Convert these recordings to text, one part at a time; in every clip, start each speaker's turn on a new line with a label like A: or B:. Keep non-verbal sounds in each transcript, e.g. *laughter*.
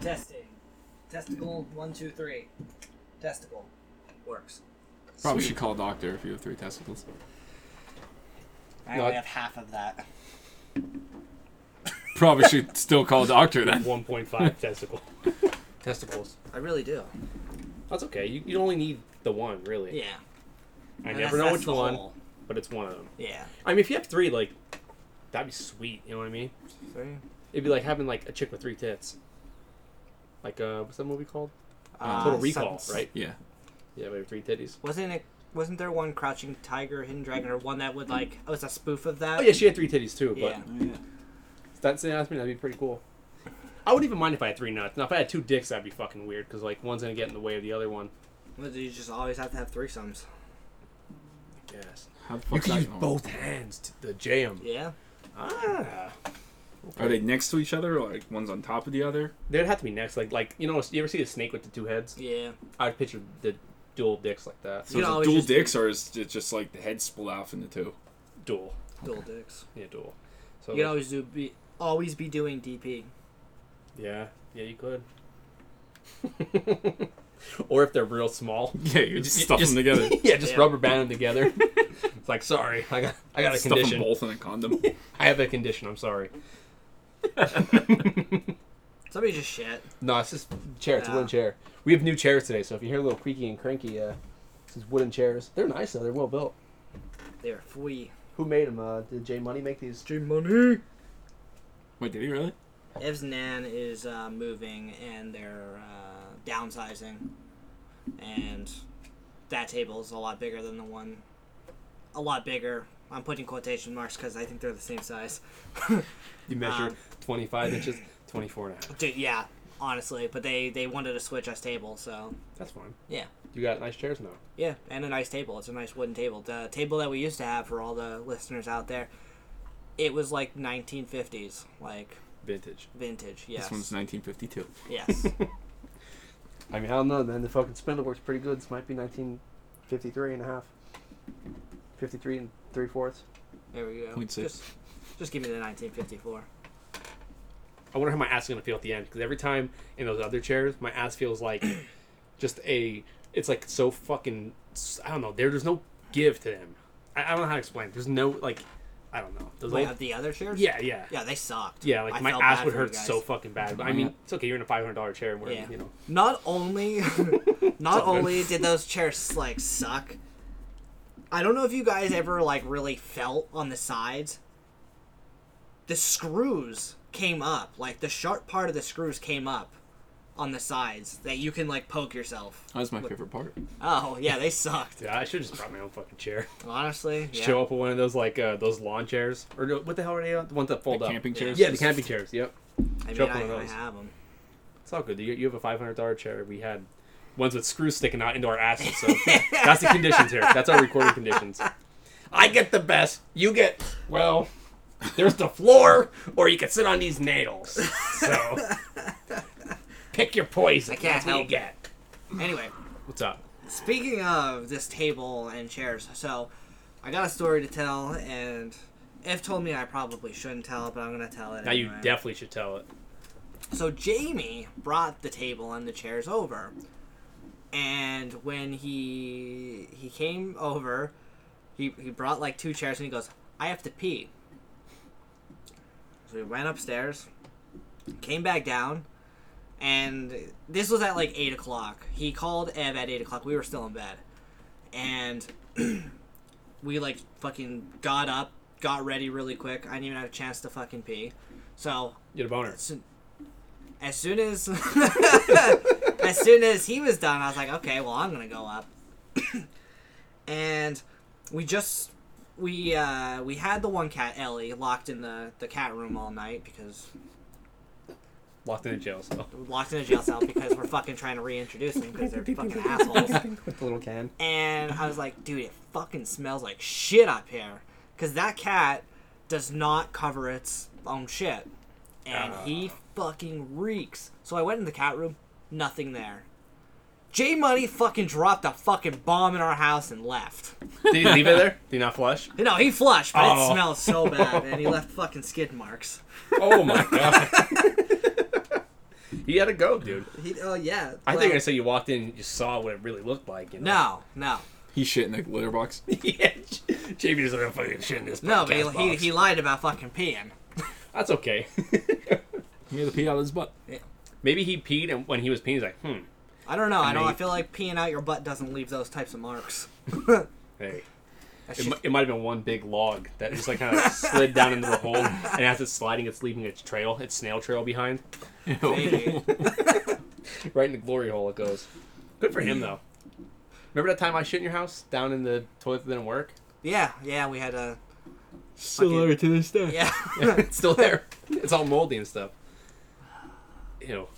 A: Testing. Testicle one two three. Testicle. Works.
B: Probably should call a doctor if you have three testicles.
A: I
B: No,
A: only
B: I-
A: have half of that.
B: Probably should still call a doctor then.
C: *laughs* 1.5 testicle. testicles.
A: I really do.
C: That's okay. You, you only need the one, really.
A: Yeah.
C: I
A: And
C: never
A: that's-
C: know
A: that's
C: which
A: the
C: one,
A: whole.
C: but it's one of them.
A: Yeah.
C: I mean, if you have three, like, that'd be sweet. You know what I mean? It'd be like having like a chick with three tits. Like uh, what's that movie called?
B: Uh,
C: Total Recall,
A: some-
C: right?
B: Yeah.
C: Yeah, maybe three titties.
A: Wasn't it? Wasn't there one Crouching Tiger, Hidden Dragon, or one that would like? Oh, it's a spoof of that.
C: Oh yeah, she had three titties too. But
A: Oh, Yeah.
C: that's that's me. That'd be pretty cool. I wouldn't even mind if I had three nuts. Now, if I had two dicks, that'd be fucking weird because like one's gonna get in the way of the other one.
A: Well, You just always have to have threesomes.
C: Yes.
B: How the
C: You
B: fuck's
C: can
B: that
C: use
B: going?
C: both hands to the jam.
A: Yeah.
C: Ah.
B: Are they next to each other or like one's on top of the other?
C: They'd have to be next. Like like you know you ever see a snake with the two heads?
A: Yeah.
C: I'd picture the dual dicks like that.
B: So
A: You
B: is
A: can
B: it
A: always
B: dual
A: just-
B: dicks or is it just like the head split off into two?
C: Dual.
A: Dual dicks.
C: Yeah, dual. So
A: You can always do be always be doing *laughs* DP.
C: yeah, yeah, you could. *laughs* or if they're real small.
B: Yeah, you just
C: you
B: stuff
C: just-
B: them together.
C: *laughs*
A: *laughs*
C: yeah, just
A: Yeah.
C: rubber band them together. it's like, sorry, I got, I got
B: *laughs*
C: a
B: stuff
C: condition.
B: them both in a condom.
A: *laughs*
C: I have a condition. I'm *laughs* sorry.
A: Somebody just shit.
C: No, it's just chair. It's a wooden
A: Yeah.
C: chair. We have new chairs today, so if you hear a little creaky and cranky, uh, it's these wooden chairs. They're nice though. They're well built.
A: They're free.
C: Who made them? Uh, did Jay Money make these?
A: Stream money.
B: Wait, did he really?
A: Ev's nan is uh, moving and they're uh, downsizing, and that table is a lot bigger than the one. A lot bigger. I'm putting quotation marks because I think they're the same size. *laughs*
C: You measure
A: Um,
C: 25 *coughs* inches, 24 and a half.
A: Dude, yeah, honestly, but they they wanted to switch us table, so
C: That's fine.
A: yeah,
C: You got nice chairs now.
A: yeah, and a nice table. It's a nice wooden table. The table that we used to have for all the listeners out there, it was like 1950s, like
C: Vintage.
A: vintage. Yes,
B: This one's 1952. *laughs*
A: yes.
C: I mean, I don't know, man. The fucking spindle works pretty good. This might be 1953 and a half. 53 and three fourths.
A: There we go.
B: Point six.
A: Just, just give me the 1954.
C: I wonder how my ass is gonna feel at the end because every time in those other chairs, my ass feels *coughs* like just a. It's like so fucking. I don't know. There, there's no give to them. I, I don't know how to explain. it. There's no like. I don't know. Those
A: Wait,
C: old-
A: of the other chairs?
C: yeah, yeah, yeah.
A: Yeah, they sucked.
C: like
A: I
C: my
A: felt
C: ass
A: bad
C: would
A: for you
C: hurt so
A: guys.
C: fucking bad. But I mean, it's okay. You're in a five hundred dollar chair, where
A: Yeah.
C: you know.
A: Not
C: *laughs*
A: only, not
C: all good.
A: only did those chairs like suck. I don't know if you guys ever like really felt on the sides. The screws came up, like the sharp part of the screws came up on the sides that you can like poke yourself.
B: That was my favorite part.
A: Oh yeah, they sucked.
C: Yeah, I should just brought my own fucking chair. *laughs*
A: Honestly, yeah.
C: Show up with one of those like uh, those lawn chairs, or no, what the hell are they? uh, The ones that fold
B: The
C: up.
B: camping chairs.
C: Yeah, the camping chairs. Yep.
A: I mean,
C: show up
A: I,
C: one of
A: I
C: those.
A: have them.
C: It's all good. You, you have a five hundred dollar chair. We had ones with screws sticking out into our asses. *laughs* So that's the conditions here. That's our recording conditions. I get the best. You get well. There's the floor, or you can sit on these nails.
A: *laughs*
C: So pick your poison.
A: I can't
C: that's what you
A: help
C: get.
A: Anyway,
C: What's up?
A: Speaking of this table and chairs, so I got a story to tell, and Ev told me I probably shouldn't tell it, but I'm gonna tell it.
C: Now you
A: anyway.
C: definitely should tell it.
A: So Jamie brought the table and the chairs over, and when he he came over, he he brought like two chairs, and he goes, "I have to pee." So we went upstairs, came back down, and this was at like eight o'clock. He called Ev at eight o'clock. We were still in bed, and *clears throat* we like fucking got up, got ready really quick. I didn't even have a chance to fucking pee, so
C: You had a boner.
A: so- as soon as *laughs* as soon as he was done, I was like, okay, well, I'm gonna go up. *coughs* and we just we uh, we had the one cat Ellie locked in the the cat room all night because
C: Locked in a jail cell.
A: locked in a jail cell because we're fucking trying to reintroduce them because they're fucking assholes.
C: With the little can.
A: And I was like, dude, it fucking smells like shit up here. Because that cat does not cover its own shit. And
C: Uh.
A: he fucking reeks. So I went in the cat room, nothing there. J Money fucking dropped a fucking bomb in our house and left.
C: Did you leave it there? Did you not flush?
A: No, he flushed, but
C: Oh.
A: it smelled so
C: *laughs*
A: Oh bad, and he left fucking skid marks.
C: Oh my god. He had to go, dude.
A: He, oh yeah.
C: I
A: well,
C: think I said you walked in and you saw what it really looked like. You know?
A: No, no,
B: He shit in the
A: *laughs*
B: litter box.
C: *laughs* yeah, JB doesn't have fucking shit in this.
A: no. But
C: podcast
A: he, he,
C: box.
A: he lied about fucking peeing.
C: That's okay. *laughs*
B: He had to pee out of his butt.
C: Maybe he peed, and when he was peeing, he's like, hmm.
A: I don't know. I don't. I
C: mean-
A: feel like peeing out your butt doesn't leave those types of marks.
C: Hey,
A: That
C: it,
A: shit-
C: mi- it might have been one big log that just like kind of *laughs* slid down into the hole, and as it's sliding, it's leaving its trail, its snail trail behind.
A: Maybe.
C: Right in the glory hole it goes. Good for him though. Remember that time I shit in your house down in the toilet that didn't work?
A: *laughs* yeah, yeah. We had a
B: Still
A: Fucking-
B: there to this day.
A: yeah. *laughs*
C: *laughs* it's still there. It's all moldy and stuff. You know,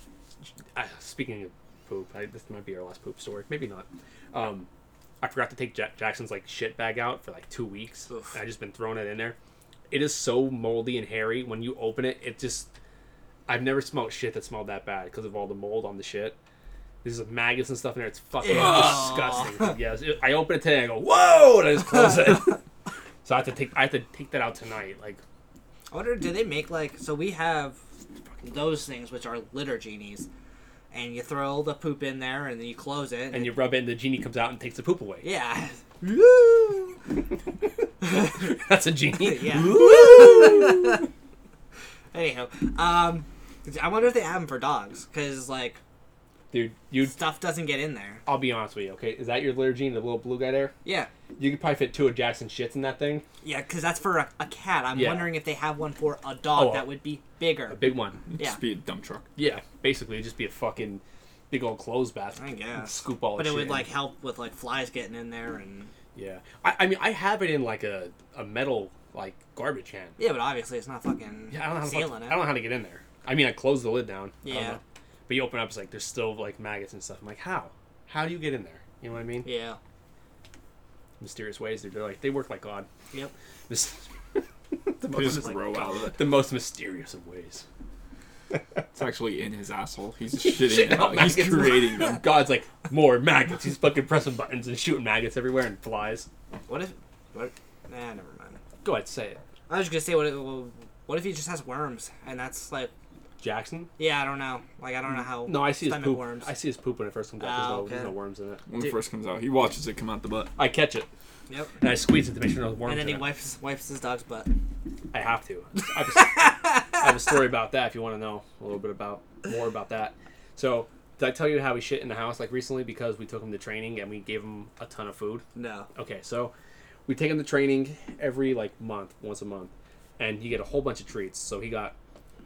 C: I, speaking of poop, I, this might be our last poop story. Maybe not. Um, I forgot to take Jack- Jackson's like shit bag out for like two weeks.
A: Oof.
C: I just been throwing it in there. It is so moldy and hairy. When you open it, it just I've never smelled shit that smelled that bad because of all the mold on the shit. There's like, maggots and stuff in there. It's fucking
A: Ew.
C: disgusting. Yes, it- I open it today. and I go, whoa! And I just close
A: *laughs*
C: it. so I have to take I have to take that out tonight. Like
A: I wonder, do they make like so? We have those things which are litter genies, and you throw the poop in there, and then you close it,
C: and you rub it, and the genie comes out and takes the poop away.
A: yeah, *laughs*
C: That's a genie.
A: yeah. Anyhow, um, I wonder if they have them for dogs because like
C: *laughs* Dude, you.
A: stuff doesn't get in there.
C: I'll be honest with you. Okay, is that your litter genie, the little blue guy there?
A: Yeah,
C: You could probably fit two of Jackson's shits in that thing.
A: yeah, because that's for a, a cat. I'm
C: Yeah.
A: wondering if they have one for a dog
C: Oh,
A: that would be bigger.
C: A big one.
A: yeah,
B: Just be a dump truck.
C: Yeah, basically, it'd just be a fucking big old clothes basket.
A: I guess.
C: Scoop all.
A: but
C: the
A: it
C: shit
A: would
C: in.
A: like help with like flies getting in there and
C: Yeah, I, I mean, I have it in like a, a metal like garbage can.
A: yeah. But obviously, it's not fucking
C: Yeah, I don't know. How to,
A: sealing
C: fuck-
A: it.
C: I don't know how to get in there. I mean, I closed the lid down. I don't
A: Yeah.
C: know. But you open up, it's like there's still like maggots and stuff. I'm like, how? How do you get in there? You know what I mean?
A: yeah.
C: Mysterious ways. They're, they're like they work like God.
A: Yep.
C: This
B: He
C: the, most,
B: just row out of it.
C: *laughs* the most mysterious of ways.
B: It's actually in his asshole.
A: *laughs*
B: He's shitting.
C: Shitting
B: it
C: out
B: out. He's
C: maggots.
B: creating them.
C: God's like more maggots. He's fucking pressing buttons and shooting maggots everywhere and flies.
A: What if? What? Nah, never mind.
C: Go ahead, say it.
A: I was just gonna say what. If, what if he just has worms and that's like?
C: Jackson?
A: Yeah, I don't know. Like I don't know how.
C: No, I see his
A: stomach
C: poop.
A: worms.
C: I see his poop when it first comes out. There's,
A: Ah,
C: no,
A: okay.
C: there's no worms in it.
B: When it
A: Dude.
B: first comes out, he watches it come out the butt.
C: I catch it
A: Yep.
C: and I squeeze it to make sure no worms.
A: And then
C: in
A: he
C: it.
A: wipes wipes his dog's butt.
C: I have to. I have, a s- I have a story about that. If you want to know a little bit about more about that, so did I tell you how we shit in the house like recently because we took him to training and we gave him a ton of food?
A: No.
C: Okay, so we take him to training every like month, once a month, and you get a whole bunch of treats. So he got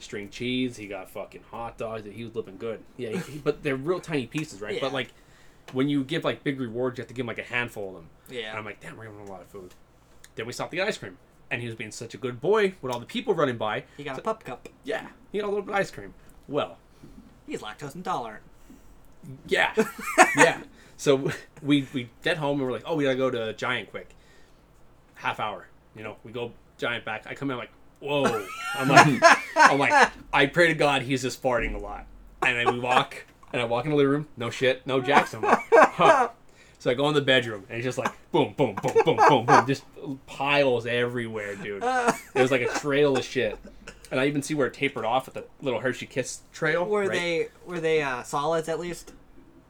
C: string cheese, he got fucking hot dogs, and he was living good. Yeah, he, but they're real tiny pieces, right?
A: Yeah.
C: But like when you give like big rewards, you have to give him like a handful of them.
A: Yeah.
C: And I'm like, damn, we're giving him a lot of food. Then we stopped the ice cream, and he was being such a good boy with all the people running by.
A: he got a pup cup.
C: Yeah, he got a little bit of ice cream. Well,
A: He's lactose intolerant. *laughs*
C: yeah, yeah. So we we get home and we're like, oh, we gotta go to Giant quick. Half hour, you know. We go Giant back. I come in I'm like, whoa. I'm like, I'm like, I pray to God he's just farting a lot. And then we walk, and I walk into the living room. No shit, no Jackson. I'm like, huh. So I go in the bedroom, and it's just like boom, boom, boom, boom, boom, boom, just piles everywhere, dude. It was like a trail of shit. And I even see where it tapered off at the little Hershey Kiss trail.
A: Were
C: right?
A: they were they uh, solids at least?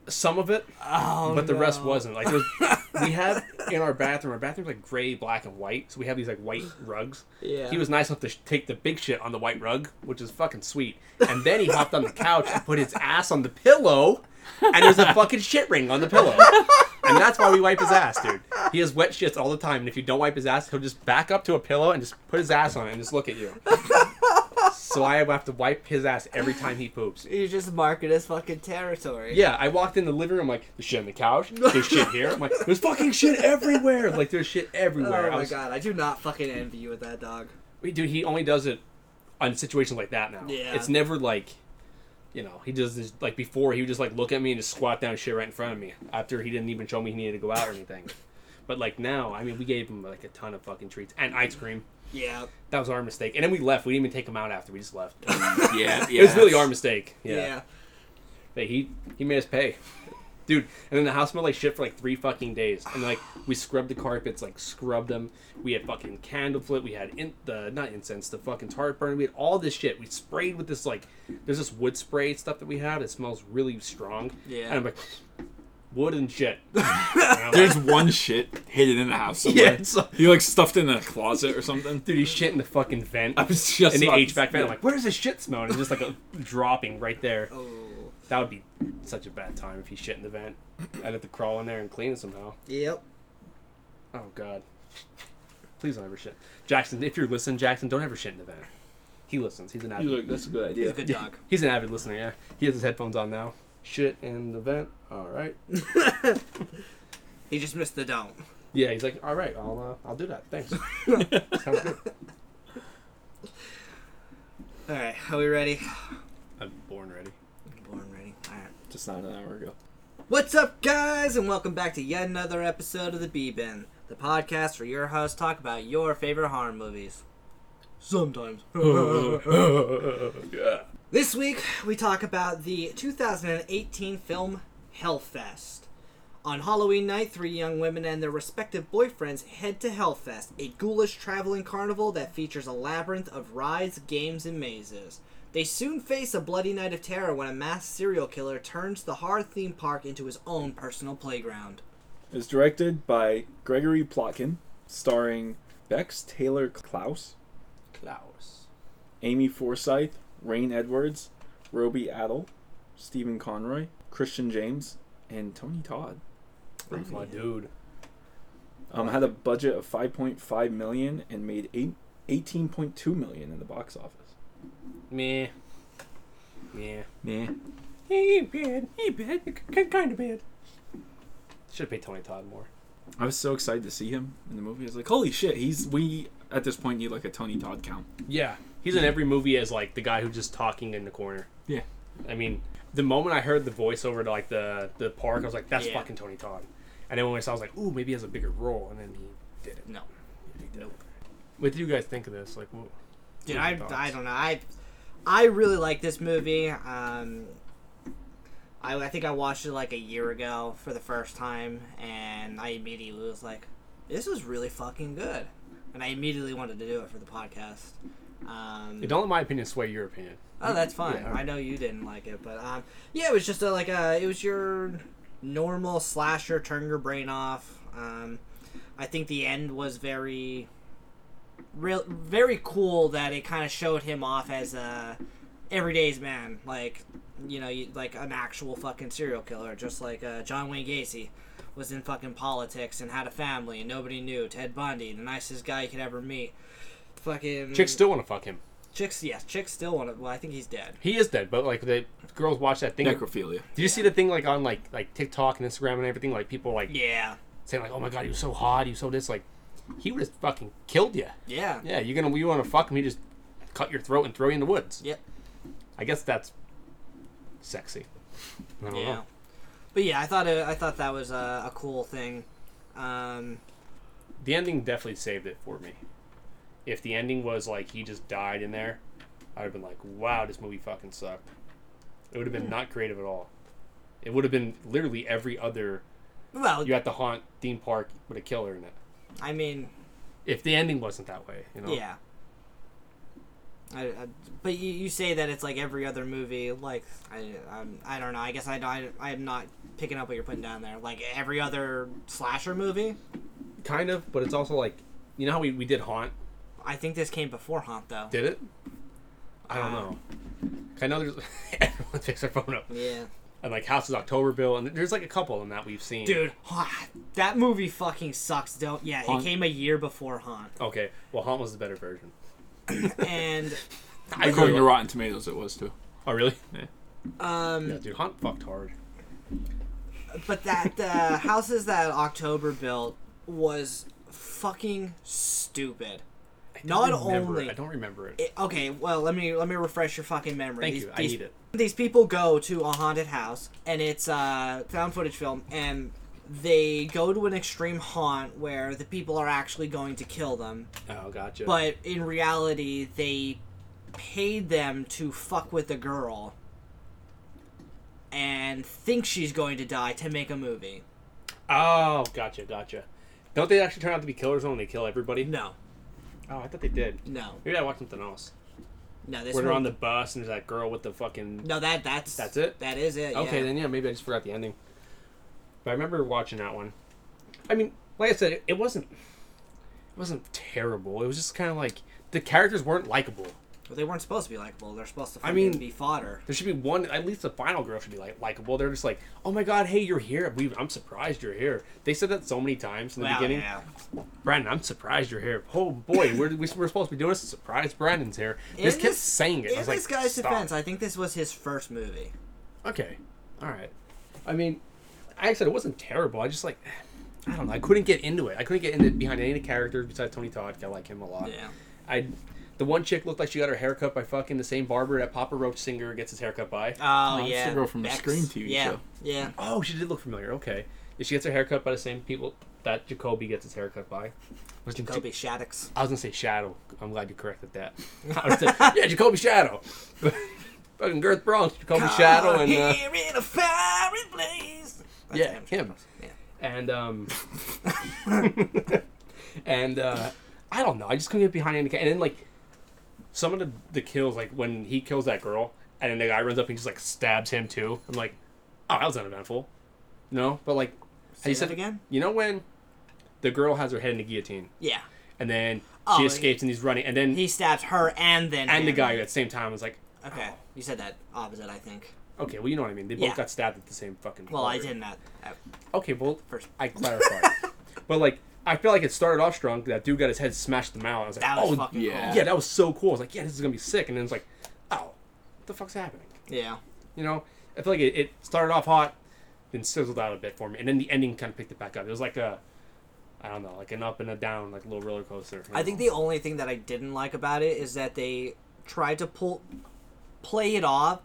C: Some of it,
A: Oh.
C: but the rest
A: no.
C: wasn't. Like there was,
A: *laughs*
C: we have in our bathroom, our bathroom's like gray, black, and white. So we have these like white rugs.
A: Yeah.
C: He was nice enough to sh- take the big shit on the white rug, which is fucking sweet. And then he hopped on the couch and put his ass on the pillow, and there's a fucking shit ring on the pillow. And that's why we wipe his ass, dude. He has wet shits all the time, and if you don't wipe his ass, he'll just back up to a pillow and just put his ass on it and just look at you. so I have to wipe his ass every time he poops.
A: You just marking his fucking territory.
C: Yeah, I walked in the living room like there's shit on the
A: *laughs*
C: couch, there's shit here. I'm like, there's fucking shit everywhere. Like there's shit
A: Oh
C: everywhere. I
A: my
C: was-
A: god, I do not fucking envy you with that dog.
C: Wait, dude, he only does it on situations like that now.
A: Yeah.
C: it's never like, you know, he does this like before. He would just like look at me and just squat down and shit right in front of me after he didn't even show me he needed to go out or
A: *laughs*
C: anything. But like now, I mean, we gave him like a ton of fucking treats and ice cream.
A: Yeah.
C: That was our mistake, and then we left. We didn't even take him out after. We just left.
B: *laughs* Yeah, yeah. *laughs*
C: It was really our mistake. Yeah,
A: Yeah.
C: But he he made us pay. dude. And then the house smelled like shit for like three fucking days. And like we scrubbed the carpets, like scrubbed them. We had fucking candle flit. We had in the not incense, the fucking tarp burn. We had all this shit. We sprayed with this like there's this wood spray stuff that we had. It smells really strong.
A: Yeah.
C: And I'm like wood and shit. And I'm like,
B: There's one shit hidden in the *laughs* house somewhere.
C: Yeah, it's like-
B: you like stuffed in a closet or something.
C: Dude, he's shit in the fucking vent.
B: I was just
C: in the
B: about to-
C: HVAC vent. I'm like, where does this shit smell? And it's just like a dropping right there.
A: Oh,
C: That would be such a bad time if he shit in the vent. I'd have to crawl in there and clean it somehow.
A: yep.
C: Oh God. Please don't ever shit. Jackson, if you're listening, Jackson, don't ever shit in the vent. He listens. He's an avid.
B: You're like, that's a good *laughs*
A: He's a
B: idea.
C: *laughs*
A: good
C: Yeah,
A: dog.
C: he's an avid listener. Yeah, he has his headphones on now. Shit in the vent. All right.
A: He just missed the don't.
C: Yeah, he's like, all right, I'll uh, I'll do that. *laughs* Thanks. Sounds good.
A: All right, are we ready?
C: I'm born ready.
A: Born ready. All right.
B: Just not an hour ago.
A: What's up, guys, and welcome back to yet another episode of the B Bin, the podcast where your hosts talk about your favorite horror movies. Sometimes.
B: Yeah.
A: this week, we talk about the 2018 film Hellfest. On Halloween night, three young women and their respective boyfriends head to Hellfest, a ghoulish traveling carnival that features a labyrinth of rides, games, and mazes. They soon face a bloody night of terror when a masked serial killer turns the horror theme park into his own personal playground.
B: It's directed by Gregory Plotkin, starring Bex Taylor Klaus,
C: Klaus.
B: Amy Forsyth, Rain Edwards, Roby Adel, Stephen Conroy, Christian James, and Tony Todd.
C: That's my dude.
B: Um, had a budget of 5.5 million and made eight, 18.2 million in the box office.
C: Meh. Yeah.
B: Yeah.
C: He ain't bad. He ain't bad. Kind of bad. Should have paid Tony Todd more.
B: I was so excited to see him in the movie. I was like, holy shit, he's we at this point need like a Tony Todd count.
C: Yeah, he's in every movie as like the guy who's just talking in the corner.
B: Yeah.
C: I mean, the moment I heard the voiceover to like the the park, I was like, "That's
A: Yeah.
C: fucking Tony Todd." And then when I saw, I was like, "Ooh, maybe he has a bigger role." And then he did it.
A: No.
C: He did. it. What do you guys think of this? Like, what?
A: Dude,
C: What are
A: I,
C: your
A: I
C: thoughts?
A: don't know. I I really like this movie. Um, I, I think I watched it like a year ago for the first time, and I immediately was like, "This is really fucking good," and I immediately wanted to do it for the podcast. Um,
C: Don't let my opinion sway your opinion.
A: oh, that's fine.
C: Yeah,
A: I know you didn't like it, but um, yeah, it was just a, like a it was your normal slasher, turn your brain off. Um, I think the end was very real very cool that it kind of showed him off as a everyday's man like you know you, like an actual fucking serial killer just like uh, john wayne gacy was in fucking politics and had a family and nobody knew ted bundy the nicest guy you could ever meet fucking
C: Chicks still want to fuck him.
A: chicks yes chicks still want to well i think he's dead
C: He is dead, but like the girls watch that thing. Did
B: Necrophilia.
C: you see the thing like on like like TikTok and Instagram and everything? Like people like
A: yeah
C: saying like, "Oh my god, he was so hot, he was so this." Like, he would have fucking killed you.
A: yeah
C: Yeah, you're gonna you want to fuck him? He just cut your throat and throw you in the woods.
A: yep
C: I guess that's sexy. I don't
A: Yeah.
C: know.
A: But yeah, I thought it, I thought that was a, a cool thing. Um,
C: The ending definitely saved it for me. If the ending was like he just died in there, I'd have been like, "Wow, this movie fucking sucked." It would have been not creative at all. It would have been literally every other
A: well,
C: you at the haunt theme park with a killer in it.
A: I mean,
C: If the ending wasn't that way, you know.
A: yeah. I, I, but you, you say that it's like every other movie. Like I, I'm, I don't know. I guess I, I I'm not picking up what you're putting down there. Like every other slasher movie.
C: Kind of, but it's also like, you know how we, we did haunt
A: I think this came before Haunt though.
C: Did it? I don't
A: Uh,
C: know. I know there's *laughs* everyone picks their phone up.
A: Yeah, *sighs*
C: And like House is Octoberville, and there's like a couple of them that we've seen.
A: dude, that movie fucking sucks. Don't yeah.
B: Haunt-
A: It came a year before Haunt,
C: Okay, well Haunt was the better version.
A: and
C: I
B: According to Rotten Tomatoes, it was too.
C: Oh really? *laughs*
A: um,
C: Yeah, dude, Haunt fucked hard.
A: but that uh, *laughs* houses that October built was fucking stupid.
C: I don't
A: Not
C: remember
A: only-
C: it. I don't remember it.
A: It- okay, well let me let me refresh your fucking memory.
C: Thank
A: These-
C: you. I
A: these-
C: need it.
A: These people go to a haunted house, and it's a found footage film, and they go to an extreme haunt where the people are actually going to kill them,
C: Oh, gotcha.
A: but in reality they paid them to fuck with a girl and thinks she's going to die to make a movie.
C: Oh, gotcha, gotcha. Don't they actually turn out to be killers when they kill everybody?
A: No,
C: Oh, I thought they did.
A: no,
C: Maybe I watched something else.
A: no. This
C: Where they're
A: one-
C: on the bus and there's that girl with the fucking.
A: no that that's
C: That's it?
A: That is it.
C: Okay,
A: yeah.
C: then yeah, maybe I just forgot the ending. But I remember watching that one. I mean, like I said, it, it wasn't. It wasn't terrible. It was just kind of like the characters weren't likable.
A: Well, they weren't supposed to be likable. They're supposed to.
C: I mean-
A: fucking be fodder.
C: There should be one, at least the final girl should be like likable. They're just like, oh my god, hey, you're here. We, I'm surprised you're here. They said that so many times in the
A: Well,
C: beginning.
A: yeah.
C: Brandon, I'm surprised you're here. Oh boy, we're, we- we're supposed to be doing this. Surprise, Brandon's here.
A: In
C: This kept
A: this-
C: saying it. I
A: In
C: was
A: this
C: like,
A: guy's
C: stop.
A: defense, I think this was his first movie.
C: Okay, all right. I mean, I said it wasn't terrible. I just like, I don't know. I couldn't get into it. I couldn't get into behind any of the characters besides Tony Todd. 'cause I like him a lot.
A: Yeah.
C: I, the one chick looked like she got her hair cut by fucking the same barber that Papa Roach singer gets his hair cut by.
A: Oh,
B: Oh, it's
A: yeah.
B: the girl from the Scream TV
A: yeah.
B: show.
A: Yeah.
C: Oh, she did look familiar. Okay, If she gets her hair cut by the same people that Jacoby gets his hair cut by. Was it
A: Kobe Shaddix.
C: I was gonna say Shadow. I'm glad you corrected that. I was saying, yeah, Jacoby Shadow. *laughs* Fucking Girth Bronx, Jacoby Shadow, and uh,
A: Here in a fiery place. That's
C: yeah,
A: him.
C: him,
A: Yeah.
C: and um, and uh, I don't know. I just couldn't get behind any. And then like some of the the kills, like when he kills that girl, and then the guy runs up and just like stabs him too. I'm like, oh, that was uneventful. No, but like,
A: Say
C: you
A: that again?
C: You know when the girl has her head in the guillotine,
A: Yeah.
C: and then
A: Oh,
C: she
A: he-
C: escapes, and he's running, and then
A: He stabs her and then
C: and the
A: him.
C: guy at the same time was like,
A: Okay, you said that opposite. I think.
C: okay, well, you know what I mean. They both
A: Yeah.
C: got stabbed at the same fucking.
A: Well, I
C: point.
A: didn't at, at
C: Okay, well,
A: first. *laughs*
C: I clarified. but like, I feel like it started off strong. That dude got his head smashed in the mouth. I was like,
A: That was
C: oh,
A: fucking
B: yeah.
A: yeah.
C: yeah, that was so cool. I was like, yeah, this is gonna be sick. And then it's like, oh, what the fuck's happening?
A: Yeah.
C: You know, I feel like it, it started off hot, then sizzled out a bit for me, and then the ending kind of picked it back up. It was like a, I don't know, like an up and a down, like a little roller coaster.
A: I think the only thing that I didn't like about it is that they tried to pull, play it off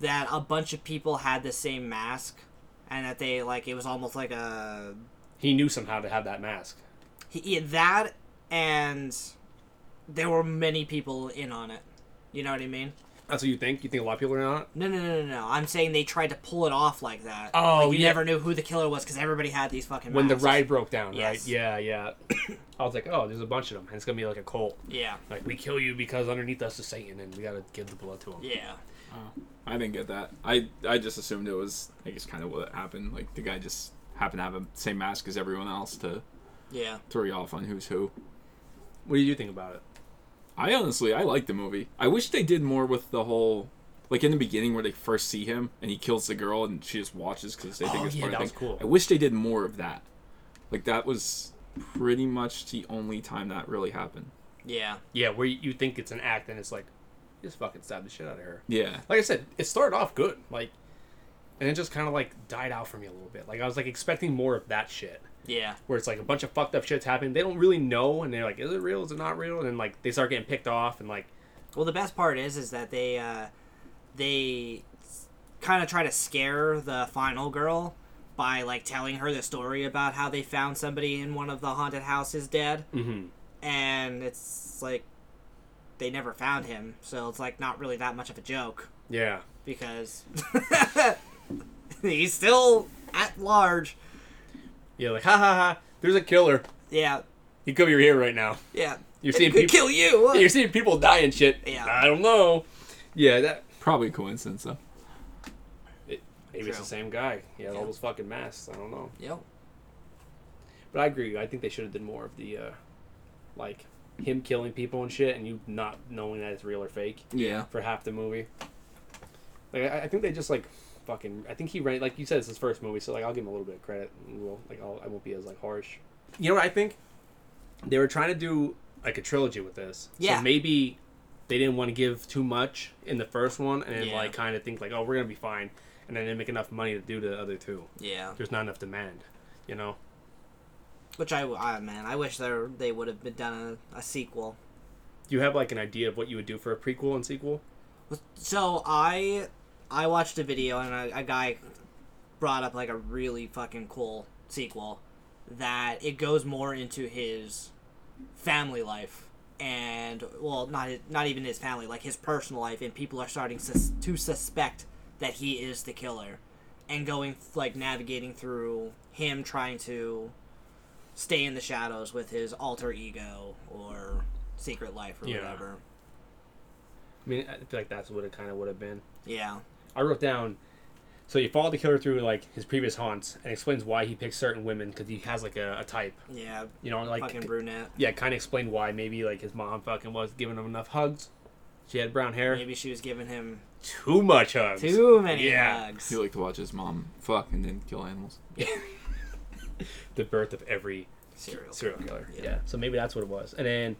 A: that a bunch of people had the same mask, and that they like it was almost like a
C: he knew somehow to have that mask.
A: he, he- that and there were many people in on it. You know what I mean?
C: That's what you think? You think a lot of people are not?
A: No, no, no, no, no. I'm saying they tried to pull it off like that.
C: Oh,
A: like, you
C: yeah.
A: never knew who the killer was because everybody had these fucking.
C: when the
A: masks.
C: ride broke down, right?
A: Yes.
C: Yeah, yeah. *coughs* I was like, oh, there's a bunch of them, and it's gonna be like a cult.
A: Yeah.
C: Like we kill you because underneath us is Satan, and we gotta give the blood to him.
A: Yeah.
B: I didn't get that. I I just assumed it was. I guess kind of what happened. Like the guy just happened to have the same mask as everyone else to
A: Yeah.
B: throw you off on who's who.
C: What do you think about it?
B: I honestly, I like the movie. I wish they did more with the whole, like in the beginning where they first see him and he kills the girl and she just watches because they think
C: Oh,
B: it's
C: yeah,
B: part of
C: that
B: the
C: was
B: thing.
C: cool.
B: I wish they did more of that. Like that was pretty much the only time that really happened.
A: Yeah.
C: Yeah, where you you think it's an act, and it's like, just fucking stab the shit out of her.
B: Yeah,
C: Like I said, it started off good, like, and it just kind of like died out for me a little bit. Like I was like expecting more of that shit,
A: Yeah.
C: where it's like a bunch of fucked up shits happening. They don't really know, and they're like, is it real? Is it not real? And then like they start getting picked off, and like,
A: Well, the best part is, is that they, uh, they kind of try to scare the final girl by like telling her the story about how they found somebody in one of the haunted houses dead,
C: mm-hmm.
A: and it's like they never found him, so it's like not really that much of a joke
C: yeah,
A: because *laughs* he's still at large.
C: yeah, like ha ha ha. There's a killer.
A: Yeah,
C: He could be here right now. *laughs*
A: yeah.
C: You're
A: It
C: seeing
A: could kill
C: people.
A: you.
C: You're seeing people die and shit.
A: Yeah.
C: I don't know. Yeah, that
B: probably coincidence though.
C: maybe it's
A: True.
C: the same guy. He had all
A: Yeah.
C: those fucking masks. I don't know.
A: Yep.
C: But I agree. I think they should have done more of the, uh, like, him killing people and shit, and you not knowing that it's real or fake
B: Yeah,
C: for half the movie. Like, I, I think they just like fucking. I think he ran. Like you said, it's his first movie, so like I'll give him a little bit of credit. and We'll, like I'll, I won't be as like harsh. You know what I think? They were trying to do like a trilogy with this.
A: Yeah.
C: So maybe they didn't want to give too much in the first one, and
A: Yeah.
C: like kind of think like, oh, we're gonna be fine, and then they make enough money to do the other two.
A: Yeah.
C: There's not enough demand, you know.
A: Which I, I man, I wish there they would have been done a, a sequel.
C: Do you have like an idea of what you would do for a prequel and sequel?
A: So I I watched a video and a, a guy brought up like a really fucking cool sequel that it goes more into his family life and well not his, not even his family like his personal life and people are starting sus- to suspect that he is the killer, and going like navigating through him trying to stay in the shadows with his alter ego or secret life or
C: Yeah.
A: whatever.
C: I mean, I feel like that's what it kind of would have been.
A: Yeah.
C: I wrote down. So you follow the killer through like his previous haunts and explains why he picks certain women because he has like a, a type.
A: Yeah.
C: You know, like
A: fucking brunette.
C: yeah, kind of explained why maybe like his mom fucking was giving him enough hugs. She had brown hair.
A: Maybe she was giving him
C: Too much hugs.
A: too many
C: Yeah.
A: hugs.
B: He liked to watch his mom fuck and then kill animals.
C: The birth of every
A: Serial.
C: serial killer.
A: Yeah.
C: Yeah. So maybe that's what it was. And then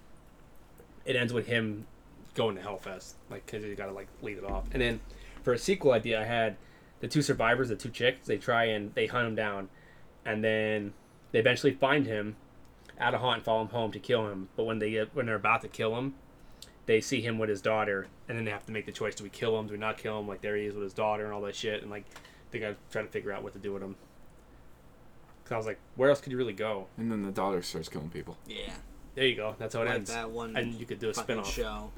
C: it ends with him going to Hellfest, like because you got to like lead it off. And then for a sequel idea, I had the two survivors, the two chicks. They try and they hunt him down, and then they eventually find him at a haunt and follow him home to kill him. But when they get when they're about to kill him, they see him with his daughter, and then they have to make the choice: do we kill him? Do we not kill him? Like there he is with his daughter and all that shit, and like they got to try to figure out what to do with him. Cause I was like, where else could you really go?
B: And then the daughter starts killing people.
A: Yeah.
C: There you go. That's how it
A: Like
C: ends.
A: that one
C: and you could do a
A: fucking
C: spin-off.
A: show.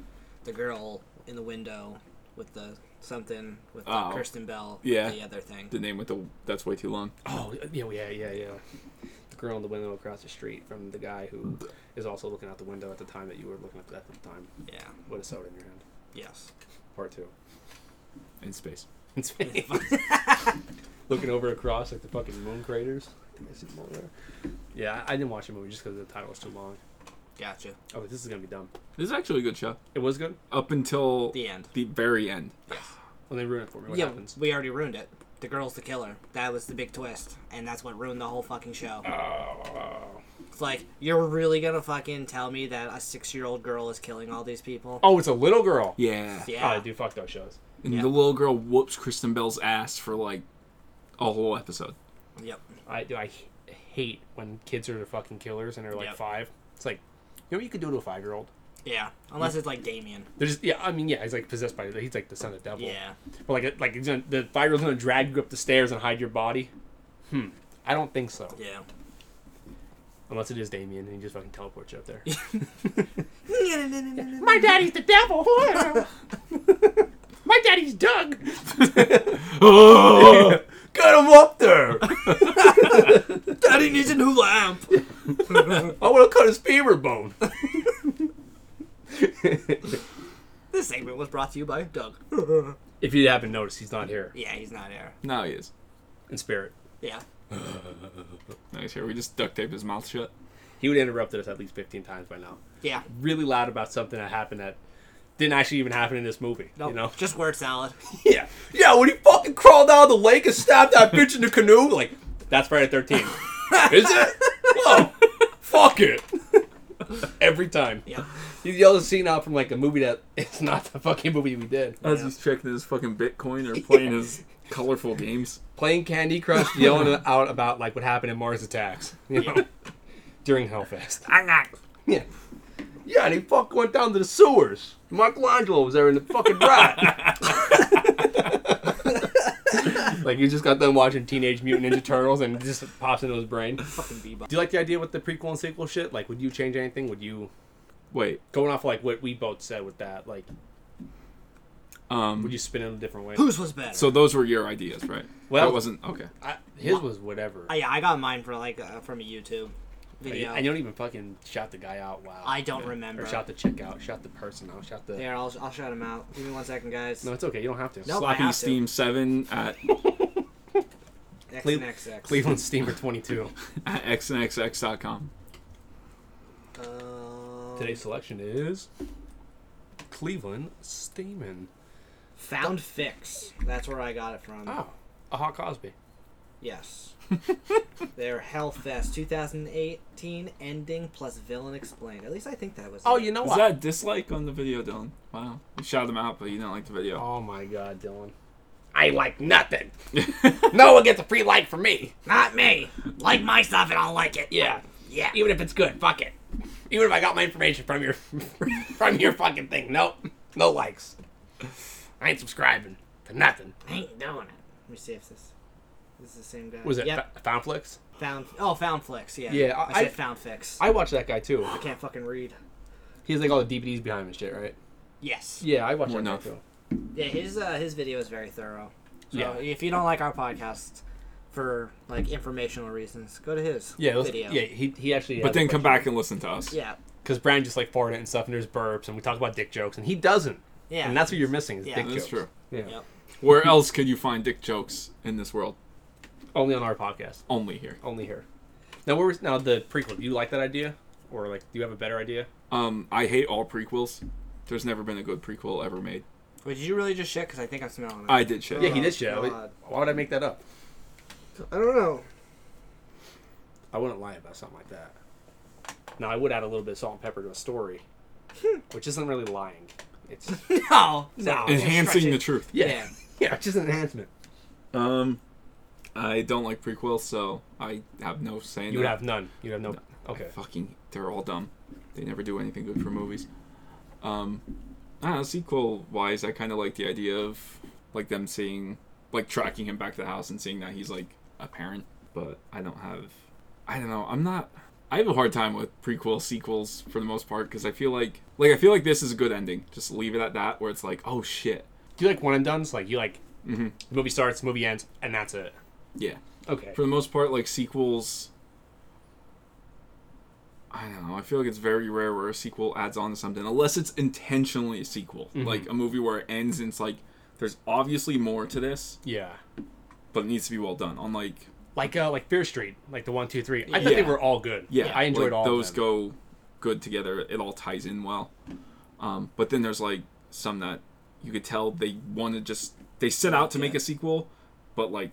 A: The girl in the window with the something with the
B: Oh.
A: Kristen Bell.
B: Yeah.
A: The other thing.
B: The name with the that's way too long.
C: Oh, yeah, yeah, yeah, yeah. The girl in the window across the street from the guy who is also looking out the window at the time that you were looking up at the time
A: Yeah.
C: with a soda in your hand.
A: Yes.
C: Part two. *laughs*
B: In space.
A: *laughs*
C: It's me. looking over across like the fucking moon craters. I think I see them over there. Yeah, I I didn't watch the movie just because the title was too long.
A: Gotcha.
C: Oh, this is gonna be dumb.
B: This is actually a good show.
C: It was good.
B: Up until
A: The end.
B: the very end.
C: Well, they ruined it for me. What
A: yeah,
C: happens?
A: we already ruined it. The girl's the killer. That was the big twist, and that's what ruined the whole fucking show.
C: Oh.
A: It's like you're really gonna fucking tell me that a six-year-old girl is killing all these people?
C: Oh, it's a little girl.
B: Yeah.
A: Yeah.
C: Oh, dude, fuck those shows.
B: And
A: Yeah.
B: the little girl whoops Kristen Bell's ass for like a whole *laughs* episode.
A: Yep.
C: I do. I h- hate when kids are the fucking killers and they're like
A: Yep.
C: five. It's like, you know, what you could do to a five year old.
A: Yeah. Unless it's like Damien.
C: They're just yeah. I mean, yeah, he's like possessed by he's like the son of the devil.
A: Yeah.
C: But like like he's gonna, the five year old's gonna drag you up the stairs and hide your body. Hmm. I don't think so.
A: Yeah.
C: Unless it is Damien and he just fucking teleports you up there. *laughs*
A: My
C: daddy's the devil. *laughs* My daddy's Doug.
B: Oh,
C: Get him up there.
A: daddy needs a new lamp.
C: *laughs*
A: *laughs*
C: I want to cut his femur bone.
A: this segment was brought to you by Doug.
C: if you haven't noticed, he's not here
A: yeah, he's not here.
B: now he is.
C: in spirit.
A: Yeah.
B: Nice here. We just duct tape his mouth shut.
C: He would have interrupted us at least 15 times by now.
A: Yeah.
C: really loud about something that happened that didn't actually even happen in this movie.
A: No.
C: You know?
A: Just word salad.
C: *laughs* Yeah. Yeah, when he fucking crawled out of the lake and stabbed that bitch in the canoe, like, that's Friday 13. *laughs* Is it? Whoa. Fuck it. Every time.
A: Yep.
C: He yells a scene out from like a movie that it's not the fucking movie we did.
B: As he's checking his fucking Bitcoin or playing his colorful games.
C: Playing Candy Crush, *laughs* yelling out about like what happened in Mars Attacks, you know, during Hellfest.
A: I'm not.
C: Yeah. Yeah, and he fuck went down to the sewers. Michelangelo was there in the fucking rat. *laughs* like he just got done watching Teenage Mutant Ninja Turtles and it just pops into his brain. Do
A: Fucking bebop.
C: you like the idea with the prequel and sequel shit? Like, would you change anything? Would you
B: Wait.
C: going off like what we both said with that? Like,
B: Um
C: would you spin it a different way?
A: Whose was better?
B: so those were your ideas, right?
C: Well-
B: that wasn't okay.
C: I, his was whatever.
A: Uh, I, I got mine for like uh, from a YouTube
C: I,
A: video.
C: I don't even fucking shout the guy out. Wow.
A: I don't
B: Yeah.
A: remember.
C: Or shout the chick out. Shout the person out. Shout the.
A: Here, I'll, I'll shout him out. Give me one second, guys.
C: No, it's okay. You don't have to.
A: Nope. I
B: Sloppy
A: have to.
B: Steam seven at, *laughs*
A: X
C: Cle-
A: and XX.
C: Cleveland Steamer 22.
B: at xnxx.com.
A: Uh,
C: Today's selection is Cleveland Stamen.
A: Found Fix. That's where I got it from.
C: Oh, a hot Cosby. *laughs*
A: Yes. Their Hellfest 2018 ending plus villain explained. At least I think that was.
C: Oh,
A: it.
C: you know
B: Is
C: what?
B: that a dislike on the video, Dylan? Wow. You shouted him out, but you didn't like the *laughs* video.
C: oh my God, Dylan. I like nothing. no one gets a free like from me.
A: Not me. Like my stuff and I'll like it.
C: Yeah,
A: Yeah.
C: even if it's good, fuck it. Even if I got my information from your *laughs* from your fucking thing, nope, no likes. I ain't subscribing to nothing.
A: ain't doing it. Let me see if this. This is the same guy.
C: Was it
A: Yep.
C: Fa- Found Flicks?
A: found. Oh, Found Flicks. Yeah.
C: Yeah,
A: I,
C: I-
A: said
C: I-
A: Found Fix. I,
C: I watched that guy too.
A: can't fucking read.
C: He has like all the DVDs behind him and shit, right?
A: Yes.
C: Yeah, I watched
B: More
C: that guy
B: enough.
C: too.
A: Yeah. His uh, his video is very thorough. So
C: Yeah.
A: if you don't like our podcast for like informational reasons, go to his
C: Yeah, listen,
A: video.
C: yeah. He, he actually.
B: But then come back and listen to us.
A: yeah,
C: because Brian just like farted and stuff, and there's burps, and we talk about dick jokes, and he doesn't.
A: yeah.
C: And that's what you're missing is
A: Yeah.
C: dick
B: That's
C: jokes.
B: true.
C: Yeah.
A: Yep.
B: Where else could you find dick jokes in this world?
C: Only on our podcast.
B: Only here.
C: Only here. Now, what was now the prequel? Do you like that idea, or like, do you have a better idea?
B: Um, I hate all prequels. There's never been a good prequel ever made.
A: Wait, did you really just shit? Because I think I'm smelling it.
B: I did shit.
C: Yeah, he did
A: Oh,
C: shit. Why
A: God.
C: would I make that up?
A: I don't know.
C: I wouldn't lie about something like that. Now, I would add a little bit of salt and pepper to
A: *laughs*
C: a story, which isn't really lying. It's
A: *laughs*
C: *laughs*
A: No, no.
B: Enhancing the truth.
A: Yeah.
C: yeah, it's just an enhancement.
B: Um, I don't like prequels, so I have no say. in
C: You would
B: that.
C: have none. You'd have no. Okay.
B: Fucking, they're all dumb. They never do anything good for movies. Um, I don't know, sequel wise, I kind of like the idea of like them seeing, like tracking him back to the house and seeing that he's like a parent. But I don't have, I don't know. I'm not. I have a hard time with prequel sequels for the most part because I feel like, like I feel like this is a good ending. Just leave it at that, where it's like, oh shit,
C: Do you like one and done's? Like you like
B: Mm-hmm.
C: the movie starts, movie ends, and that's it.
B: yeah.
C: Okay.
B: for the most part, like sequels. I don't know. I feel like it's very rare where a sequel adds on to something, unless it's intentionally a sequel,
C: Mm-hmm.
B: like a movie where it ends and it's like there's obviously more to this,
C: Yeah.
B: but it needs to be well done. Unlike
C: Like uh, like Fear Street, like the one, two, three. I thought they
B: Yeah.
C: were all good.
B: yeah,
C: I enjoyed
B: like,
C: all
B: those.
C: of them.
B: Go good together. It all ties in well. Um, but then there's like some that you could tell they want to just they set out to make a sequel, but like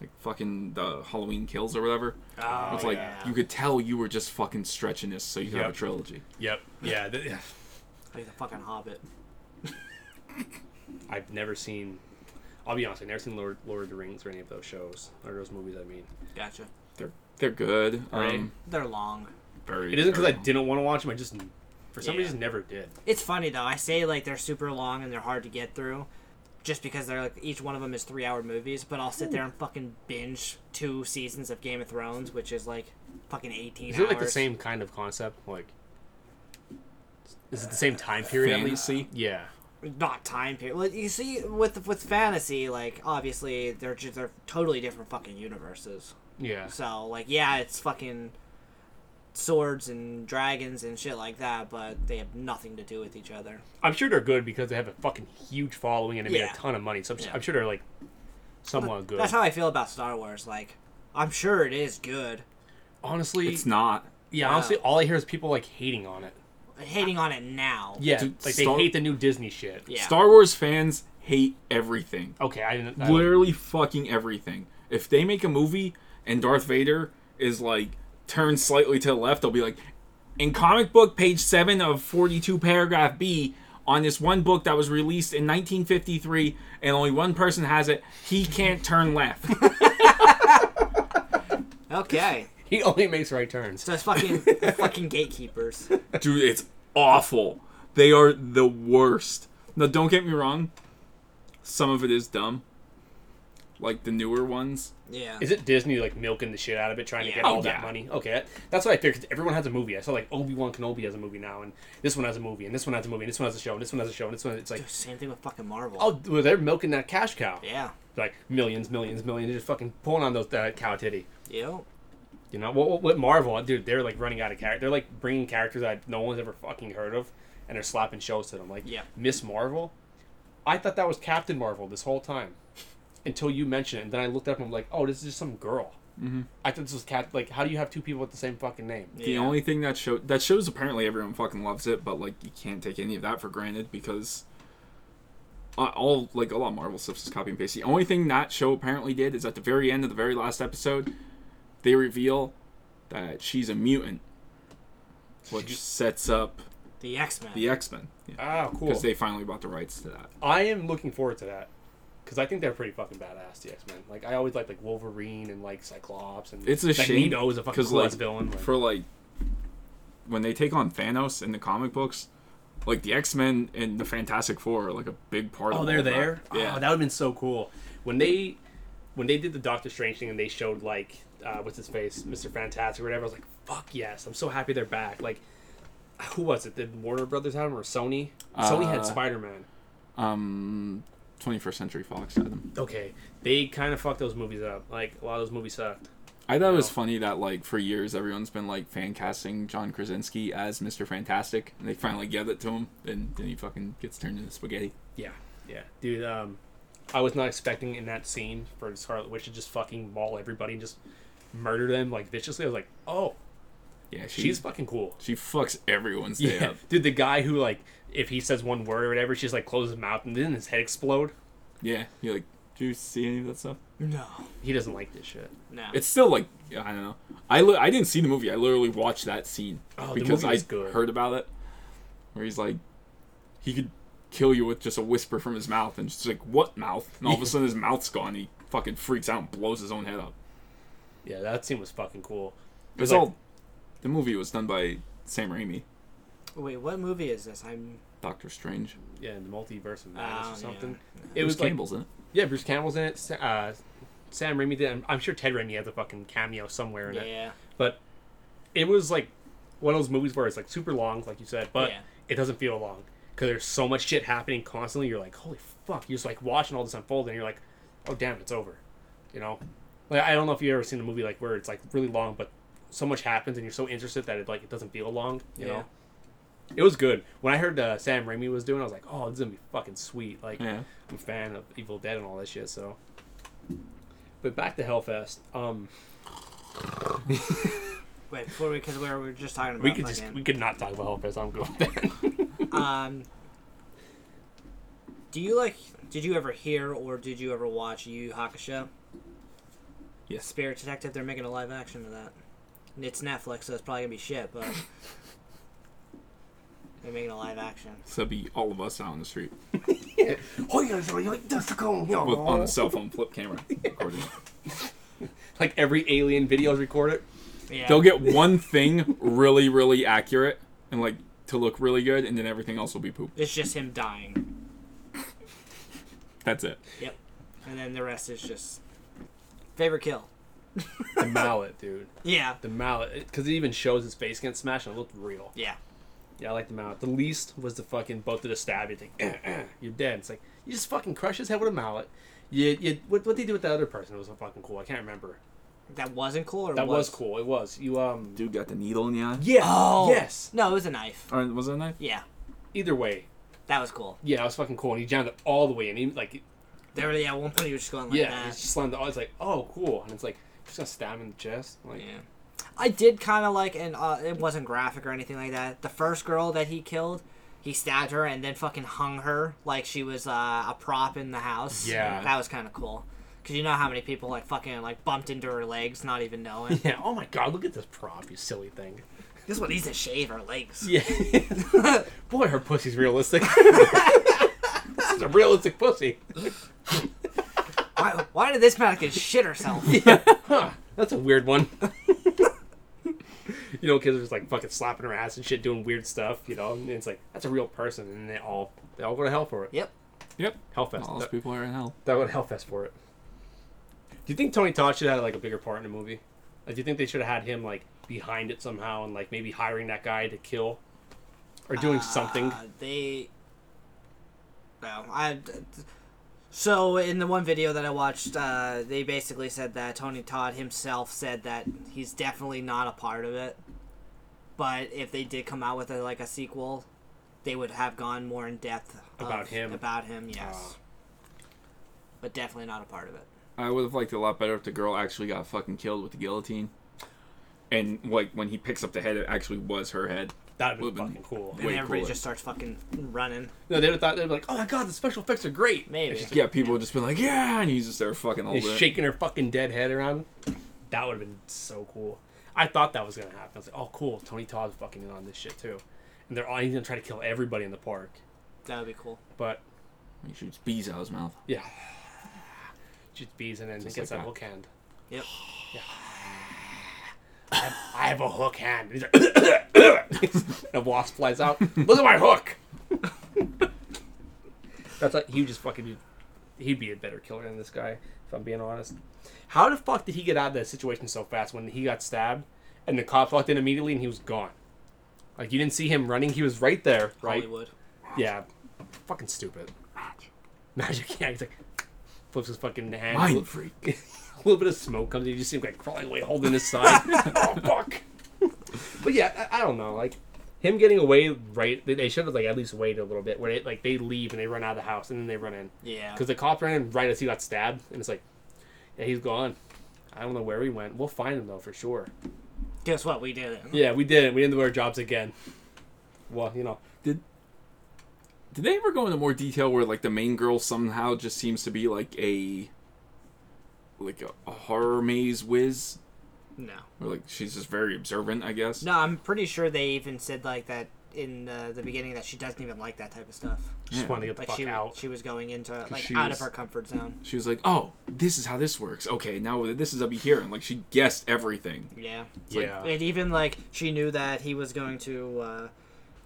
B: like fucking the Halloween Kills or whatever.
A: Oh,
B: It's like
A: yeah.
B: you could tell you were just fucking stretching this so you could have
C: Yep.
B: a trilogy.
C: Yep. Yeah. th-
A: like the fucking Hobbit.
C: I've never seen. I'll be honest. I've never seen Lord Lord of the Rings or any of those shows or those movies. I mean,
A: Gotcha.
B: They're they're good.
C: Right.
B: Um,
A: They're long.
B: very.
C: it isn't because I
B: very-
C: didn't want to watch them. I just for some
A: Yeah.
C: reason never did.
A: It's funny though. I say like they're super long and they're hard to get through, just because they're like each one of them is three hour movies. But I'll sit there and fucking binge two seasons of Game of Thrones, which is like fucking eighteen.
C: Is it like the
A: hours.
C: same kind of concept? Like, is it the same time period at least?
B: Fantasy?
C: Yeah.
A: Not time period. Well, you see, with with fantasy, like obviously they're just they're totally different fucking universes.
C: Yeah.
A: So like yeah, it's fucking swords and dragons and shit like that, but they have nothing to do with each other.
C: I'm sure they're good because they have a fucking huge following and they made
A: Yeah.
C: a ton of money. So I'm,
A: Yeah.
C: I'm sure they're like somewhat good.
A: That's how I feel about Star Wars. Like I'm sure it is good.
C: honestly,
B: It's not.
C: yeah.
A: Wow.
C: Honestly, all I hear is people like hating on it.
A: Hating on it now.
C: Yeah,
B: Dude,
C: like they
B: Star-
C: hate the new Disney shit.
A: Yeah.
B: Star Wars fans hate everything.
C: Okay, I didn't.
A: Oh.
C: I don't-
B: Literally fucking everything. If they make a movie and Darth Vader is like turned slightly to the left, they'll be like, in comic book page seven of forty-two paragraph B. On this one book that was released in 1953, and only one person has it, he can't turn left.
A: Okay.
C: he only makes right turns.
A: So it's
C: *laughs*
A: fucking fucking gatekeepers.
B: Dude, it's awful. They are the worst. Now, don't get me wrong. Some of it is dumb. Like the newer ones.
A: Yeah.
C: Is it Disney like milking the shit out of it, trying to
A: Yeah.
C: get
B: Oh,
C: all that
B: yeah.
C: money? Okay, that- that's what I figured. 'cause everyone has a movie. I saw like Obi Wan Kenobi has a movie now, and this one has a movie, and this one has a movie, and this one has a show, and this one has a show, and this one. It's like,
A: Same thing with fucking Marvel.
C: oh, well, they're milking that cash cow.
A: Yeah.
C: Like millions, millions, millions, just fucking pulling on those that cow titty.
A: Ew.
C: You know, what with Marvel, dude, they're like running out of character. They're like bringing characters that no one's ever fucking heard of, and they're slapping shows to them. Like,
A: Yeah.
C: Miss Marvel. I thought that was Captain Marvel this whole time, until you mentioned it, and then I looked up and I'm like, oh, this is just some girl. Mm-hmm. I thought this was Cap. Like, how do you have two people with the same fucking name?
A: Yeah.
B: The only thing that show that shows apparently everyone fucking loves it, but like you can't take any of that for granted because uh, all like a lot of Marvel stuff is copy and paste. The only thing that show apparently did is at the very end of the very last episode, they reveal that she's a mutant, which sets up
A: The X Men.
B: the X Men because
C: Ah, cool.
B: they finally bought the rights to that.
C: I am looking forward to that, because I think they're pretty fucking badass, the X Men. Like, I always liked like Wolverine and like Cyclops and
B: It's a shame
C: Magneto is a fucking cool
B: like,
C: ass villain. Like,
B: for like when they take on Thanos in the comic books, like the X Men and the Fantastic Four are like a big part. of
C: Oh,
B: all
C: they're
B: of that.
C: there.
B: Yeah,
C: Oh, that would have been so cool when they when they did the Doctor Strange thing and they showed like uh, what's his face, Mister Fantastic or whatever. I was like, fuck yes, I'm so happy they're back. Like, who was it? Did Warner Brothers have him or Sony? Sony
B: Uh,
C: had Spider Man.
B: um, 21st Century Fox had them.
C: Okay, they kind of fucked those movies up. Like a lot of those movies sucked.
B: I thought it was
C: No.
B: funny that like for years everyone's been like fan casting John Krasinski as Mr. Fantastic, and they finally give it to him, and then he fucking gets turned into spaghetti.
C: Yeah, yeah, dude. Um, I was not expecting in that scene for Scarlet Witch to just fucking maul everybody and just murder them like viciously. I was like, oh,
B: Yeah, she,
C: she's fucking cool.
B: she fucks everyone's day
C: Yeah,
B: up.
C: dude. The guy who like, if he says one word or whatever, she's like closes his mouth and then his head explode.
B: Yeah, you like, do you see any of that stuff?
A: No.
C: He doesn't like this shit.
A: No.
B: It's still like yeah, I don't know. I li- I didn't see the movie. I literally watched that scene
C: Oh, the
B: because
C: movie
B: I
C: was good.
B: heard about it, where he's like, he could kill you with just a whisper from his mouth, and she's like, "What mouth?" And all of a sudden, his mouth's gone. And he fucking freaks out and blows his own head up.
C: Yeah, that scene was fucking cool.
B: It was
C: like-
B: all. The movie was done by Sam Raimi,
A: Wait, what movie is this? I'm.
B: Doctor Strange.
C: Yeah, in the multiverse of madness
A: Oh,
C: or something. It
B: Bruce
C: was like,
B: Campbell's in it.
C: yeah, Bruce Campbell's in it. Sa- Uh, Sam Raimi did. I'm, I'm sure Ted Raimi has a fucking cameo somewhere in
A: Yeah.
C: it.
A: yeah.
C: but it was like one of those movies where it's like super long, like you said, but
A: Yeah.
C: it doesn't feel long because there's so much shit happening constantly. You're like, holy fuck! You're just like watching all this unfold, and you're like, oh damn, it's over. You know, like I don't know if you've ever seen a movie like where it's like really long, but so much happens, and you're so interested that it like it doesn't feel long. You
A: Yeah.
C: know, it was good. When I heard uh, Sam Raimi was doing, it, I was like, oh, this is gonna be fucking sweet. Like,
B: Yeah.
C: I'm a fan of Evil Dead and all that shit. So, but back to Hellfest. Um,
A: Wait, before we, because we were we were just talking about.
C: we could just
A: fucking-
C: we could not talk about Hellfest. I'm good with that.
A: Um, do you like? Did you ever hear or did you ever watch Yu Yu Hakusho?
B: Yes.
A: Spirit Detective. They're making a live action of that. And It's Netflix, so it's probably gonna be shit, but they're making a live action.
B: So that'd be all of us out on the street
C: Oh, you guys are like this cool. yo.
B: with, on a cell phone flip camera
C: *laughs*
B: recording.
C: Like every alien video is recorded.
A: Yeah.
B: They'll get one thing really, really accurate and like to look really good, and then everything else will be poop.
A: It's just him dying.
B: That's it.
A: Yep. And then the rest is just favorite kill.
C: The mallet, dude.
A: Yeah.
C: The mallet, because it even shows his face getting smashed and it looked real.
A: Yeah.
C: Yeah, I like the mallet. The least was the fucking both of the stab. You think "Eh, eh, you're dead. It's like you just fucking crush his head with a mallet. You, you what what they do with that other person was so fucking cool. I can't remember.
A: That wasn't cool. Or
C: That was, cool. It was you um.
B: Dude got the needle in the eye.
C: Yeah.
A: Oh.
C: Yes.
A: No, it was a knife.
B: Or was it a knife?
A: Yeah.
C: Either way,
A: That was cool.
C: yeah, it was fucking cool. And he jammed it all the way in. He like
A: There, yeah. At one point, he was just going like
C: yeah,
A: that.
C: it's just like the it's like, oh, cool, and it's like just gonna stab him in the chest. Like,
A: Yeah. I did kind of like, and uh, it wasn't graphic or anything like that. The first girl that he killed, he stabbed her and then fucking hung her like she was uh, a prop in the house.
C: Yeah.
A: That was kind of cool. Because you know how many people like fucking like bumped into her legs not even
C: *laughs*
A: knowing.
C: yeah. Oh my god, look at this prop, you silly thing.
A: this one needs to shave her legs.
C: Yeah. *laughs* Boy, her
B: *laughs*
C: pussy's realistic. this is a realistic pussy.
A: Why, why did this mannequin shit herself?
C: Huh? That's a weird one. *laughs* you know, kids are just like fucking slapping her ass and shit, doing weird stuff. You know, and it's like that's a real person, and they all they all go to hell for it.
A: Yep.
B: Yep. All
C: Hellfest.
B: those
C: That-
B: people are in hell.
C: That would Hellfest for it. Do you think Tony Todd should have had like a bigger part in the movie? Like, do you think they should have had him like behind it somehow and like maybe hiring that guy to kill or doing something?
B: Ah,
A: Uh, they. Well, I. So in the one video that I watched, uh, they basically said that Tony Todd himself said that he's definitely not a part of it. But if they did come out with a, like a sequel, they would have gone more in depth of-
C: About him.
A: About him, yes.
C: Ah.
A: But definitely not a part of it.
B: I would have liked it a lot better if the girl actually got fucking killed with the guillotine. And like when he picks up the head, it actually was her head.
C: That'd be
B: would've been-
C: fucking cool.
A: And
B: Way
A: everybody
B: cooler.
A: just starts fucking running.
C: No, they would have thought they'd be like, "Oh my god, the special effects are great."
A: Maybe.
C: It's just-
B: Yeah, people would just been like, yeah, and he's just there fucking all
C: He's
B: over.
C: shaking her fucking dead head around. That would have been so cool. I thought that was gonna happen. I was like, "Oh, cool, Tony Todd's fucking in on this shit too," and they're all he's gonna try to kill everybody in the park.
A: That would be cool.
C: But
B: He shoots bees out of his mouth.
C: *sighs* yeah, shoots bees and then
B: Just
C: gets
B: like
C: that
B: that.
C: hook hand.
A: Yep.
C: I have a hook hand. He's like, *coughs* and a wasp flies out. Look at my hook. *laughs* That's like he would just fucking. He'd be a better killer than this guy, if I'm being honest. How the fuck did he get out of that situation so fast when he got stabbed and the cops walked in immediately and he was gone? Like you didn't see him running. He was right there, right?
A: Hollywood.
C: Yeah. Fucking stupid. magic. *laughs* Yeah, he's like flips his fucking hand.
B: Mind freak.
C: A little bit of smoke comes. in. You just see him like crawling away, holding his *laughs* side. oh fuck! but yeah, I, I don't know. Like him getting away, right? They, they should have like at least waited a little bit. Where they like they leave and they run out of the house and then they run in
A: Yeah.
C: because the cop ran in right as he got stabbed and it's like, yeah, he's gone. I don't know where he went. We'll find him though for sure.
A: Guess what? We did it.
C: Yeah, we did it. We didn't do our jobs again. Well, you know,
B: Did they ever go into more detail where like the main girl somehow just seems to be like a like a, a horror maze whiz,
A: No.
B: or like she's just very observant, I guess.
A: No, I'm pretty sure they even said like that in the, the beginning that she doesn't even like that type of stuff.
C: just
B: Yeah.
C: wanted to get the
A: Like
C: fuck
A: she
C: out.
A: she was going into like
B: she
A: out
B: was-
A: of her comfort zone.
B: She was like, "Oh, this is how this works. Okay, now this is up here." And like she guessed everything.
A: Yeah.
C: yeah,
A: And even like she knew that he was going to uh,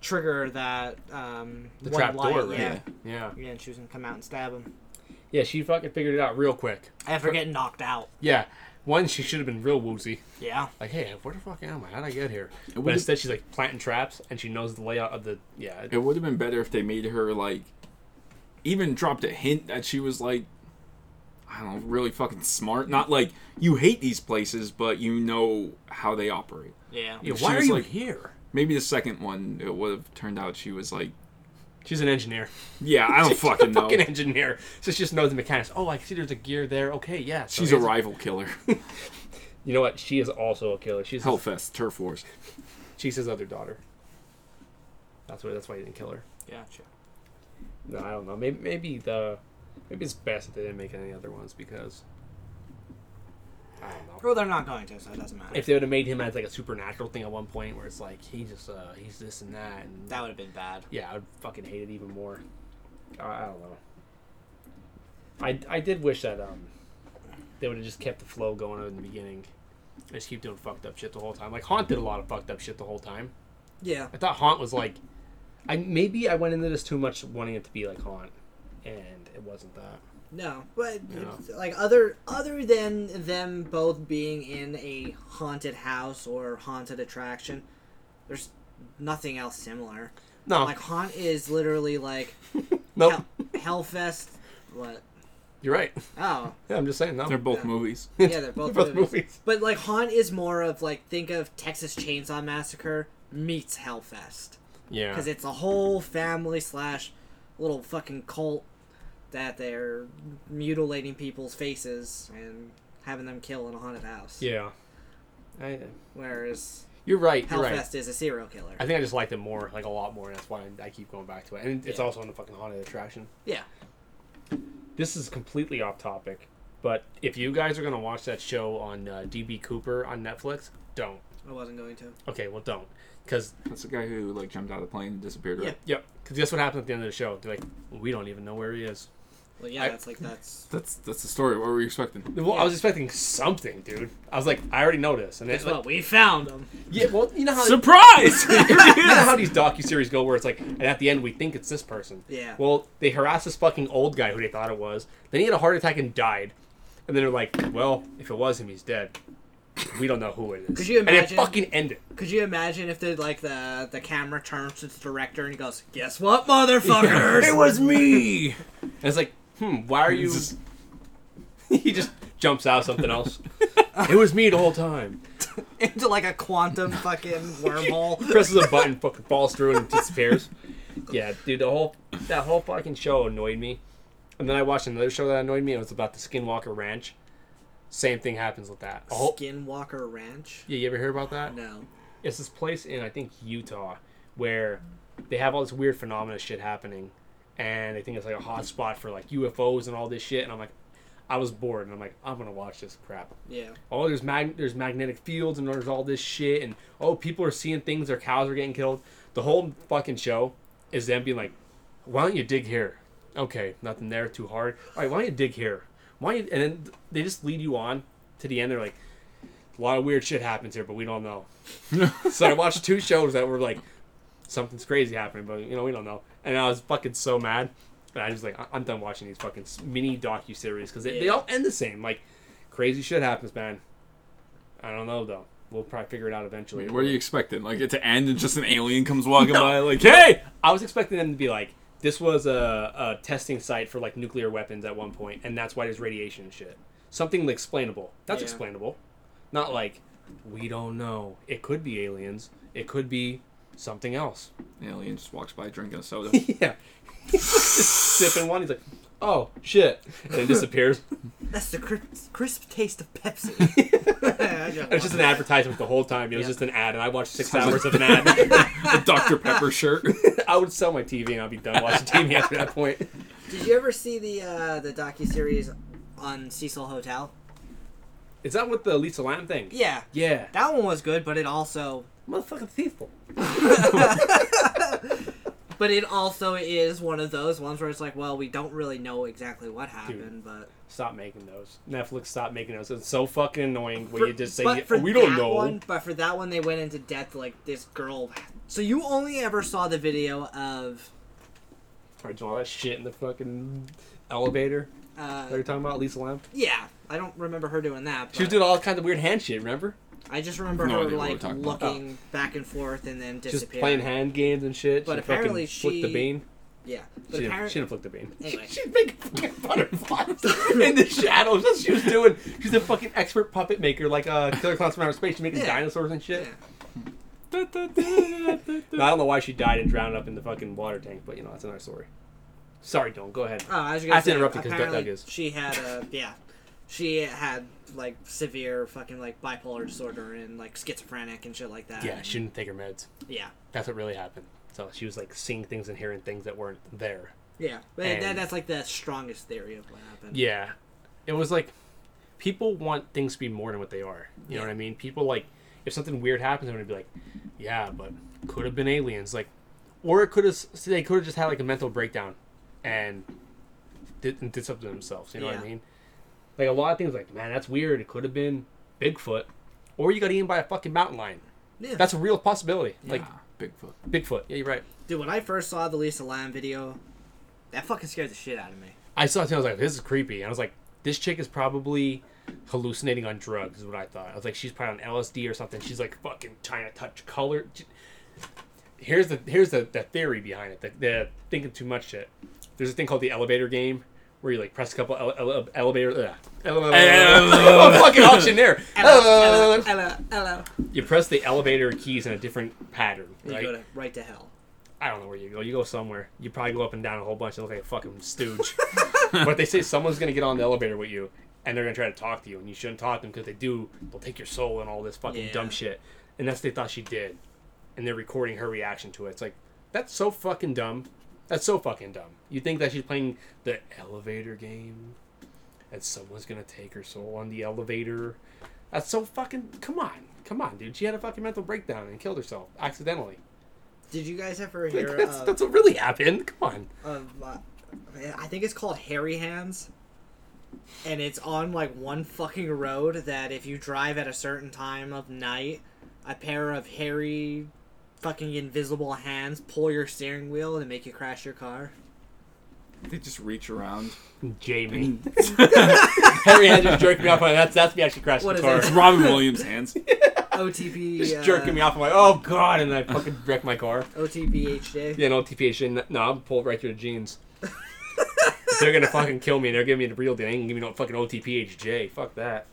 A: trigger that um
C: the
A: one
C: trap
A: light.
C: door, right?
A: Yeah.
C: yeah,
A: yeah. And she was gonna come out and stab him
C: yeah. She fucking figured it out real quick.
A: after getting knocked out.
C: Yeah, one she should have been real woozy.
A: Yeah.
C: Like, hey, where the fuck am I? How'd I get here?
B: would
C: But
B: have-
C: instead, she's like planting traps, and she knows the layout of the yeah.
B: It would have been better if they made her like even dropped a hint that she was like I don't know, really fucking smart. Not like you hate these places, but you know how they operate.
A: Yeah.
C: Yeah,
B: she
C: why are
B: was
C: you
B: like-
C: here?
B: Maybe the second one it would have turned out she was like,
C: She's an engineer.
B: "Yeah, I don't
C: She's
B: fucking
C: a
B: know."
C: fucking engineer. So she just knows the mechanics. Oh, I see there's a gear there. Okay, yeah. so
B: She's a
C: here's-
B: rival killer.
C: You know what? She is also a killer. She's his,
B: Hellfest, Turf Wars.
C: she's his other daughter. That's why. That's why he didn't kill her.
A: Gotcha.
C: No, I don't know. Maybe maybe the maybe it's best that they didn't make any other ones because I don't know.
A: Well, they're not going to, so it doesn't matter.
C: If they would have made him as like a supernatural thing at one point where it's like he just uh he's this and that and
A: that would have been bad.
C: yeah, I would fucking hate it even more. I, I don't know. I, I did wish that um they would have just kept the flow going in the beginning. Just keep doing fucked up shit the whole time. Like Haunt did a lot of fucked up shit the whole time.
A: Yeah.
C: I thought Haunt was like, I maybe I went into this too much wanting it to be like Haunt, and it wasn't that.
A: No, but
C: Yeah.
A: like other other than them both being in a haunted house or haunted attraction, there's nothing else similar.
C: No,
A: Like haunt is literally like
C: no,
A: hell, Hellfest. What?
C: you're right. *laughs*
A: Oh,
C: Yeah, I'm just saying no.
B: They're both movies.
A: yeah, they're both,
C: Both
A: movies.
C: movies.
A: But like haunt is more of like think of Texas Chainsaw Massacre meets Hellfest
C: Yeah,
A: because it's a whole family slash little fucking cult that they're mutilating people's faces and having them kill in a haunted house.
C: yeah. I,
A: Whereas
C: you're right. You're
A: Hellfest
C: right.
A: is a serial killer.
C: I think I just liked it more, like a lot more, and that's why I keep going back to it. And it's
A: Yeah.
C: also on the fucking haunted attraction.
A: yeah.
C: This is completely off topic, but if you guys are gonna watch that show on uh, DB Cooper on Netflix, don't.
A: I wasn't going to.
C: Okay, well, don't, because
B: That's the guy who like jumped out of the plane and disappeared. Right?
A: Yeah.
C: yep, because guess what happens at the end of the show? They're like, we don't even know where he is.
A: Well, yeah,
C: I-
A: that's like
C: *laughs*
A: that's.
B: That's that's the story. What were you expecting?
C: Well, I was expecting something, dude. I was like, I already know this, and it's
A: Guess
C: like,
A: what? We found him.
C: yeah, well, you know how
B: Surprise!
C: *laughs* you know how these docu series go, where it's like, and at the end we think it's this person.
A: Yeah.
C: Well, they harass this fucking old guy who they thought it was. Then he had a heart attack and died, and then they're like, well, if it was him, he's dead. We don't know who it is.
A: Could you
C: And they
A: imagine-
C: fucking end it.
A: Could you imagine if the like the the camera turns to the director and he goes, "Guess what, motherfuckers? *laughs*
C: *laughs*
B: me.
C: And it's like, hmm, why are you?
B: Just-
C: *laughs* he just jumps out of something else. *laughs* it was me the whole time.
A: into like a quantum
C: *laughs*
A: fucking wormhole."
C: presses a button, fucking falls through and disappears. Yeah, dude, the whole that whole fucking show annoyed me. And then I watched another show that annoyed me. It was about the Skinwalker Ranch. Same thing happens with that. Oh,
A: Skinwalker Ranch.
C: yeah, you ever hear about that?
A: No.
C: It's this place in I think Utah where they have all this weird phenomena shit happening, and they think it's like a hot spot for like UFOs and all this shit. And I'm like, I was bored, and I'm like, I'm gonna watch this crap
A: Yeah.
C: oh there's mag- there's magnetic fields and there's all this shit and oh people are seeing things their cows are getting killed the whole fucking show is them being like why don't you dig here okay nothing there too hard all right why don't you dig here why don't you and then they just lead you on to the end they're like a lot of weird shit happens here but we don't know so i watched two shows that were like something's crazy happening but you know we don't know and i was fucking so mad and i was like I- i'm done watching these fucking s- mini docu-series because they, they
A: Yeah.
C: all end the same like crazy shit happens man I don't know though. We'll probably figure it out eventually.
B: What are you expecting? Like it to end and just an alien comes walking by, like, "Hey,
C: I was expecting them to be like, this was a, a testing site for like nuclear weapons at one point, and that's why there's radiation and shit. Something explainable. That's
A: Yeah.
C: explainable. Not like we don't know. It could be aliens. It could be something else. *laughs*
B: An alien just walks by drinking a soda.
C: yeah. Sipping one, he's like, "Oh shit," and
A: *laughs*
C: it disappears.
A: That's the crisp, crisp taste of *laughs* Pepsi.
C: It was just an advertisement the whole time. It was
A: Yeah.
C: just an ad, and I watched six
B: Sounds
C: hours
B: like-
C: of an
B: *laughs*
C: ad.
B: a Dr. Pepper shirt.
C: I would sell my TV, and I'd be done watching TV after that point.
A: Did you ever see the uh, the docu series on Cecil Hotel?
C: *laughs* Is that what the Lisa Lamb thing?
A: Yeah,
C: Yeah.
A: that one was good, but it also
C: Motherfucking Cecil.
A: but it also is one of those ones where it's like, well, we don't really know exactly what happened, but
C: Stop making those. Netflix, stop making those. It's so fucking annoying when you just say,
A: but
C: "Oh, "We don't
A: that
C: know."
A: One, but for that one, they went into depth. Like this girl. So you only ever saw the video of
C: Or do all that shit in the fucking elevator that
A: uh,
C: you're talking about, Lisa Lamb.
A: yeah. I don't remember her doing that.
C: She was
A: but
C: doing all kinds of weird hand shit. Remember?
A: I just remember
B: No
A: her
B: idea what we're
A: like
B: talking about.
A: looking back and forth and then
C: Just
A: disappearing.
C: playing hand games and shit.
A: But
C: she
A: apparently
C: fucking flicked
A: she-
C: the bean.
A: Yeah, but
C: She didn't,
A: apparently,
C: she didn't flick the bean.
A: Anyway.
C: *laughs* She's making fucking butterflies *laughs* in the shadows. That's what she was doing. She's a fucking expert puppet maker, like uh, Killer Clowns from Outer Space. She's making
A: Yeah.
C: dinosaurs and shit.
A: Yeah.
C: No, I don't know why she died and drowned up in the fucking water tank, but you know that's another story. Sorry, Don. Go ahead.
A: Oh, I was gonna
C: I have to
A: say,
C: interrupt you 'cause Doug- Doug
A: apparently
C: is.
A: She had a yeah, she had like severe fucking like bipolar disorder and like schizophrenic and shit like that.
C: Yeah,
A: And-
C: she didn't take her meds.
A: yeah,
C: That's what really happened. So she was like seeing things and hearing things that weren't there.
A: yeah. But that,
C: And-
A: that's like the strongest theory of what happened.
C: Yeah. It was like people want things to be more than what they are. You know
A: Yeah.
C: what I mean? People like if something weird happens, I'm gonna be like, yeah, but could have been aliens. Like, or it could have they could have just had like a mental breakdown and did, and did something to themselves. You know what I
A: Yeah.
C: mean? Like a lot of things, like man, that's weird. It could have been Bigfoot, or you got eaten by a fucking mountain lion.
A: Yeah.
C: That's a real possibility. *laughs* Like
B: Ah, Bigfoot.
C: Bigfoot. Yeah, you're right.
A: dude. When I first saw the Lisa Lamb video, that fucking scared the shit out of me.
C: I saw it too. I was like, this is creepy. And I was like, this chick is probably hallucinating on drugs, is what I thought. I was like, she's probably on LSD or something. She's like fucking trying to touch color. J- Here's the here's the, the theory behind it. The, the thinking too much shit. There's a thing called the elevator game where you like press a couple ele- ele- elevator. Ugh. I'm *laughs* fucking auctioneer.
A: Hello, hello, hello.
C: You press the elevator keys in a different pattern.
A: You
C: Right?
A: go to right to hell.
C: I don't know where you go. You go somewhere. You probably go up and down a whole bunch and look like a fucking stooge. but they say someone's gonna get on the elevator with you, and they're gonna try to talk to you, and you shouldn't talk to them because they do. They'll take your soul and all this fucking
A: Yeah.
C: dumb shit. And that's what they thought she did, and they're recording her reaction to it. It's like that's so fucking dumb. That's so fucking dumb. You think that she's playing the elevator game, and someone's gonna take her soul on the elevator. That's so fucking. Come on, come on, dude. She had a fucking mental breakdown and killed herself accidentally.
A: Did you guys ever
C: Like,
A: hear
C: that's,
A: of,
C: that's what really happened. Come on.
A: of uh, I think it's called Hairy Hands, and it's on like one fucking road that if you drive at a certain time of night, a pair of hairy, fucking invisible hands pull your steering wheel and make you crash your car.
B: They just reach
C: *laughs*
B: around.
C: Jamie. Harry had just jerking me off. I'm Like, that's that's me actually crashing
A: What
C: the
A: is
C: car.
B: It's Robin Williams'
C: *laughs*
B: hands.
A: OTP.
C: Just
A: uh,
C: jerking me off. I'm like, oh god, and I fucking wrecked my car.
A: OTPH day.
C: Yeah, no TPH. No, I'm pulled right through the *laughs* jeans. they're gonna fucking kill me. They're giving me the real deal. They ain't gonna give me no fucking OTPHJ. Fuck that.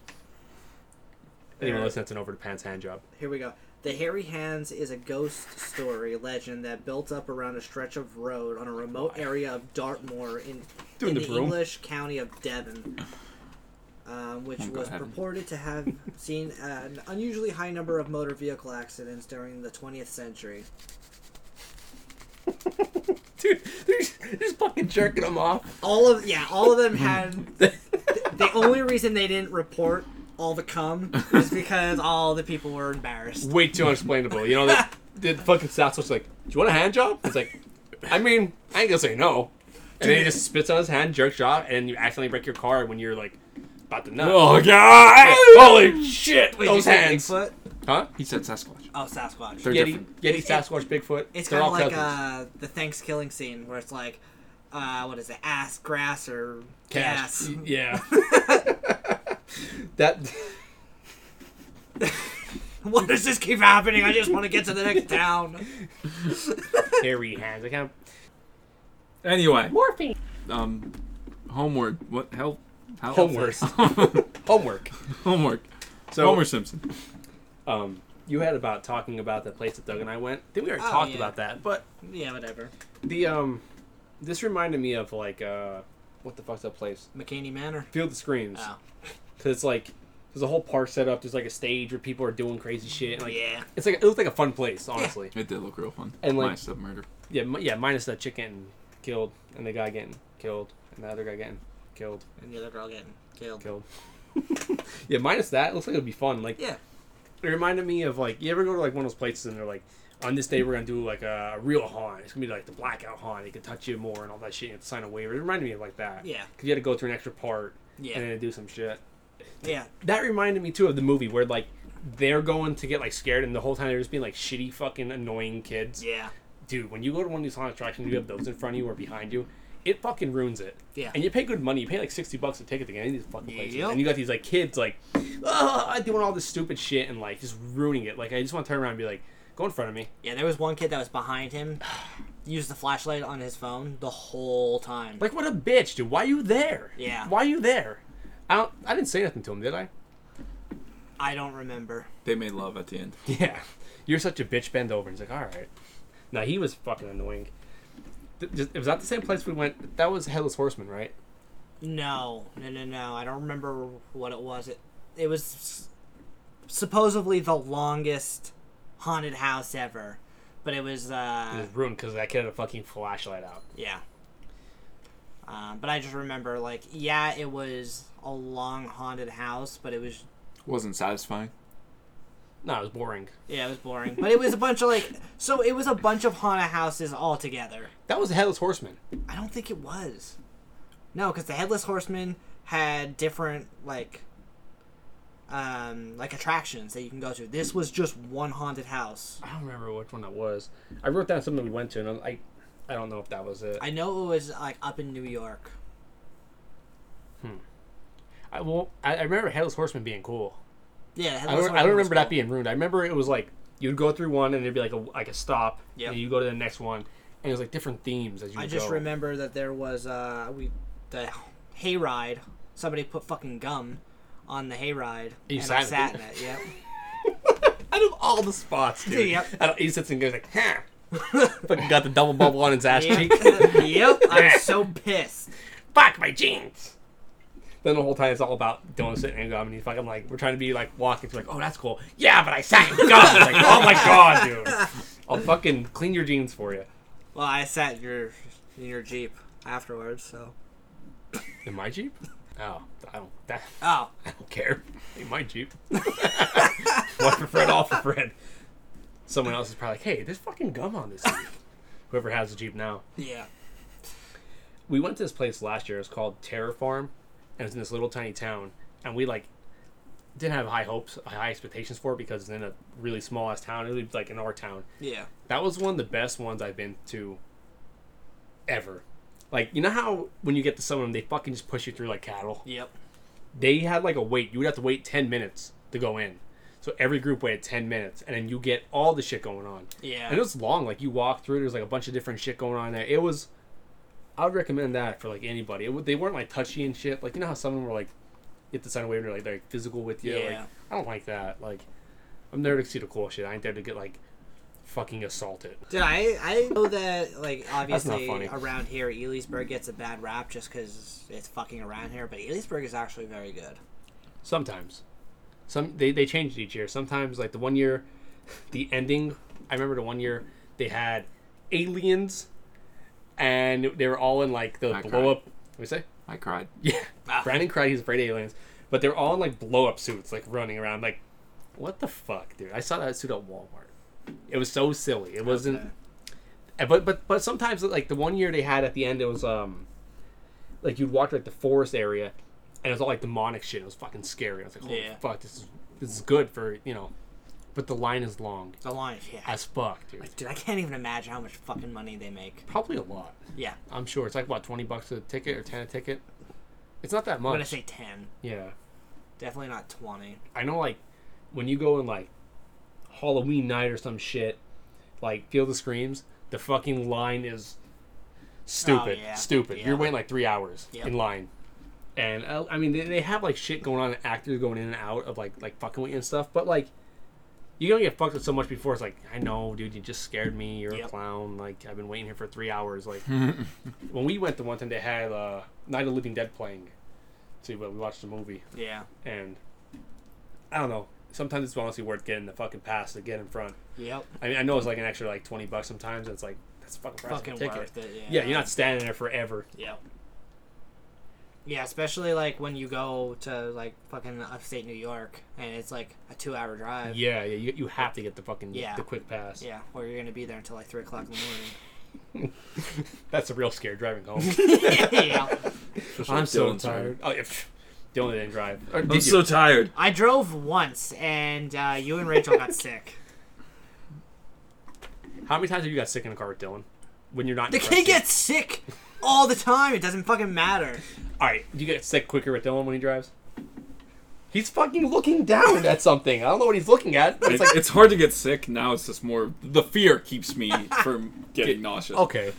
C: Anyone
A: Yeah.
C: listening to an over the pants hand job.
A: Here we go. The Hairy Hands is a ghost story legend that built up around a stretch of road on a remote area of Dartmoor in,
C: Doing
A: in
C: the
A: the,
C: broom.
A: English county of
C: *clears throat*
A: Devon, um, which
B: Oh, go
A: was
B: ahead.
A: purported to
C: *laughs*
A: have seen an unusually high number of motor vehicle accidents during the 20th century.
C: Dude, they're just, they're just fucking jerking them off. *laughs*
A: All of yeah, all of them had. the only reason they didn't report all the cum is because all the people were embarrassed.
C: way too unexplainable. You know,
A: *laughs*
C: the, the fucking South was like, "Do you want a hand job?" It's like, I mean, I ain't gonna say no. And then he just spits on his hand, jerks you off, and you accidentally break your car when you're like about to nut.
B: Oh, God!
C: *laughs* Holy shit!
A: Wait, did you
C: those
A: say
C: hands,
A: Bigfoot?
C: huh?
B: He said Sasquatch.
A: Oh, Sasquatch.
B: They're
C: Yeti,
B: different.
C: Yeti, Sasquatch, Bigfoot.
A: It's
C: They're
A: kind
C: all
A: of like
C: cousins.
A: uh, the thanks killing scene where it's like, uh, what is it, ass, grass, or
C: Cash.
A: gas? *laughs*
C: Y- Yeah. that.
A: What does this keep happening?
C: *laughs*
A: I just want to get to the next town.
C: hairy hands. I can't.
B: Anyway,
C: Morphine.
B: um, homework. What hell? How
C: Homework. Homework.
B: *laughs* homework.
C: So
B: Homer Simpson.
C: um, you had about talking about the place that Doug and I went. I think we already
A: Oh,
C: talked
A: yeah.
C: about that, but
A: Yeah, whatever.
C: the um, this reminded me of like uh, what the fuck's that place?
A: McCaney Manor.
C: Field of Screams.
A: Oh,
C: Cause it's like there's a whole park set up. There's like a stage where people are doing crazy shit. and, like
A: yeah.
C: it's like it looks like a fun place, honestly.
B: It did look real fun.
C: And, like-
B: My step murder.
C: Yeah, mi- yeah. Minus that chick getting killed and the guy getting killed and the other guy getting killed,
A: And the other girl getting killed.
C: killed. *laughs* yeah, minus that, it looks like it'd be fun. Like
A: Yeah.
C: it reminded me of like you ever go to like one of those places and they're like, on this day we're gonna do like a, a real haunt. It's gonna be like the blackout haunt. It can touch you more and all that shit. You have to sign a waiver. It reminded me of like that.
A: Yeah.
C: Cause you had to go through an extra part
A: Yeah.
C: and then do some shit.
A: yeah.
C: That reminded me too of the movie where like they're going to get like scared and the whole time they're just being like shitty fucking annoying kids.
A: Yeah.
C: dude, when you go to one of these haunted attractions, you have those in front of you or behind you, it fucking ruins it.
A: Yeah.
C: And you pay good money. You pay like sixty bucks to ticket to get into these fucking places,
A: Yep.
C: and you got these like kids like, oh, doing all this stupid shit and like just ruining it. Like I just want to turn around and be like, go in front of me.
A: Yeah, there was one kid that was behind him, *sighs* used the flashlight on his phone the whole time.
C: Like what a bitch, dude. Why you there?
A: Yeah.
C: Why you there? I don't. I didn't say nothing to him, did
A: *laughs*
C: I?
A: I don't remember.
B: They made love at the end.
C: Yeah. You're such a bitch. Bend over. And he's like, all right. Now he was fucking annoying. Th- just- was that the same place we went? That was Headless Horseman, right?
A: No, no, no, no. I don't remember what it was. It, it was s- supposedly the longest haunted house ever, but it was,
C: It
A: uh,
C: was ruined because that kid had a fucking flashlight out.
A: yeah. Um, but I just remember, like, yeah, it was a long haunted house, but it was,
B: Wasn't satisfying.
C: No, it was boring.
A: yeah, it was boring. but it was a bunch of, like, so it was a bunch of haunted houses all together.
C: That was a headless horseman.
A: I don't think it was. No, because the headless horseman had different like, um, like attractions that you can go to. This was just one haunted house.
C: I don't remember which one that was. I wrote down something we went to, and I'm, I, I don't know if that was it. I,
A: I know it was like up in New York.
C: I well, I, I remember headless horseman being cool.
A: Yeah, the
C: I
A: headless
C: don't, I
A: horseman
C: don't
A: was
C: remember that
A: cool.
C: being ruined. I remember it was like you'd go through one, and there'd be like a like a stop,
A: Yep.
C: and you go to the next one, and it was like different themes as you.
A: I just
C: go.
A: remember that there was uh we the hayride. Somebody put fucking gum on the hayride,
C: You
A: and I
C: sat
A: sat
C: in
A: in it.
C: *laughs*
A: Yep. *laughs*
C: out of all the spots, *laughs* dude.
A: Yep.
C: I don't, he sits and goes like, huh. *laughs* Fucking got the double bubble on his ass cheek. *laughs*
A: Yep. yep. I'm so pissed.
C: fuck my jeans. Then the whole time it's all about don't sit in gum, and he's fucking like we're trying to be like walking to like oh that's cool yeah but I sat in gum like oh my god dude I'll fucking clean your jeans for you
A: Well, I sat in your in your jeep afterwards, so.
C: in my jeep oh I don't that
A: Oh,
C: I don't care in my jeep *laughs* one for Fred all for Fred someone else is probably like hey there's fucking gum on this jeep whoever has the jeep now
A: yeah.
C: we went to this place last year. It was called Terror Farm, and it was in this little tiny town. And we like didn't have high hopes, high expectations for it because it's in a really small ass town. It was like in our town.
A: Yeah.
C: That was one of the best ones I've been to ever. Like you know how when you get to some of them, they fucking just push you through like cattle.
A: Yep.
C: They had like a wait. You would have to wait ten minutes to go in. So every group waited ten minutes, and then you get all the shit going on.
A: Yeah.
C: And it was long. Like you walk through, there's like a bunch of different shit going on there. It was. I would recommend that for like anybody. It, would- they weren't like touchy and shit. Like you know how some of them were like, you have to sign away and they're like they're like, physical with you. Like
A: Yeah.
C: I don't like that. Like I'm there to see the cool shit. I ain't there to get like fucking assaulted.
A: Dude, I I know that like obviously
C: funny.
A: around here Elysburg gets a bad rap just because it's fucking around here, but Elysburg is actually very good.
C: Sometimes, some they they changed each year. Sometimes like the one year, *laughs* the ending. I remember the one year they had aliens, and they were all in like the
B: I cried.
C: blow up. What do you say?
B: I cried.
C: Yeah.
A: Ah.
C: Brandon cried he's afraid of aliens. But they're all in like blow up suits, like running around. Like, what the fuck, dude? I saw that suit at Walmart. It was so silly. It wasn't.
A: Okay.
C: eh, But but but sometimes like the one year they had at the end, it was um, like you'd walk to, like the forest area, and it was all like demonic shit. It was fucking scary. I was like, holy
A: Yeah.
C: fuck, this is this is good for you know. But the line is long
A: The line, yeah.
C: as fuck, dude.
A: Dude, I can't even imagine how much fucking money they make.
C: Probably a lot.
A: Yeah,
C: I'm sure it's like what twenty bucks a ticket or ten a ticket. It's not that
A: I'm gonna
C: much.
A: say ten.
C: yeah.
A: Definitely not twenty.
C: I know like when you go in like Halloween night or some shit, like Feel the Screams, the fucking line is Stupid,
A: Oh, yeah.
C: stupid.
A: Yeah.
C: You're waiting like three hours
A: Yep.
C: in line, and uh, I mean they, they have like shit going on, and actors going in and out of like like fucking with you and stuff. But like, you're gonna get fucked with so much before it's like, I know, dude, you just scared me. You're a
A: Yep.
C: clown. Like I've been waiting here for three hours. Like when we went the one time they had uh, Night of the Living Dead playing. See, but we watched the movie
A: Yeah.
C: and I don't know. Sometimes it's honestly worth getting the fucking pass to get in front.
A: Yep.
C: I mean, I know it's like an extra like twenty bucks sometimes, and it's like that's fucking price
A: Fucking
C: fucking ticket.
A: worth it. Yeah.
C: Yeah, you're not standing there forever.
A: Yep. Yeah, especially like when you go to like fucking upstate New York and it's like a two-hour drive.
C: Yeah, yeah, you, you have to get the fucking
A: Yeah.
C: the quick pass.
A: Yeah, or you're gonna be there until like three o'clock in the
C: That's the real scare driving
A: *laughs*
C: home. *laughs*
A: morning. yeah.
C: I'm so
B: Dylan's
C: tired. Oh, yeah, pff, Dylan didn't drive. Or
B: I'm
C: did you?
B: so tired.
A: I drove once, and uh, you and Rachel *laughs* got sick.
C: How many times have you got sick in the car with Dylan? When you're not.
A: The kid gets sick all the time. It doesn't fucking matter.
C: All right, do you get sick quicker with Dylan when he drives? He's fucking looking down at something. I don't know what he's looking at. but
B: It's,
C: It's like
B: it's hard to get sick now. It's just more the fear keeps
C: *laughs*
B: me from getting nauseous.
C: okay.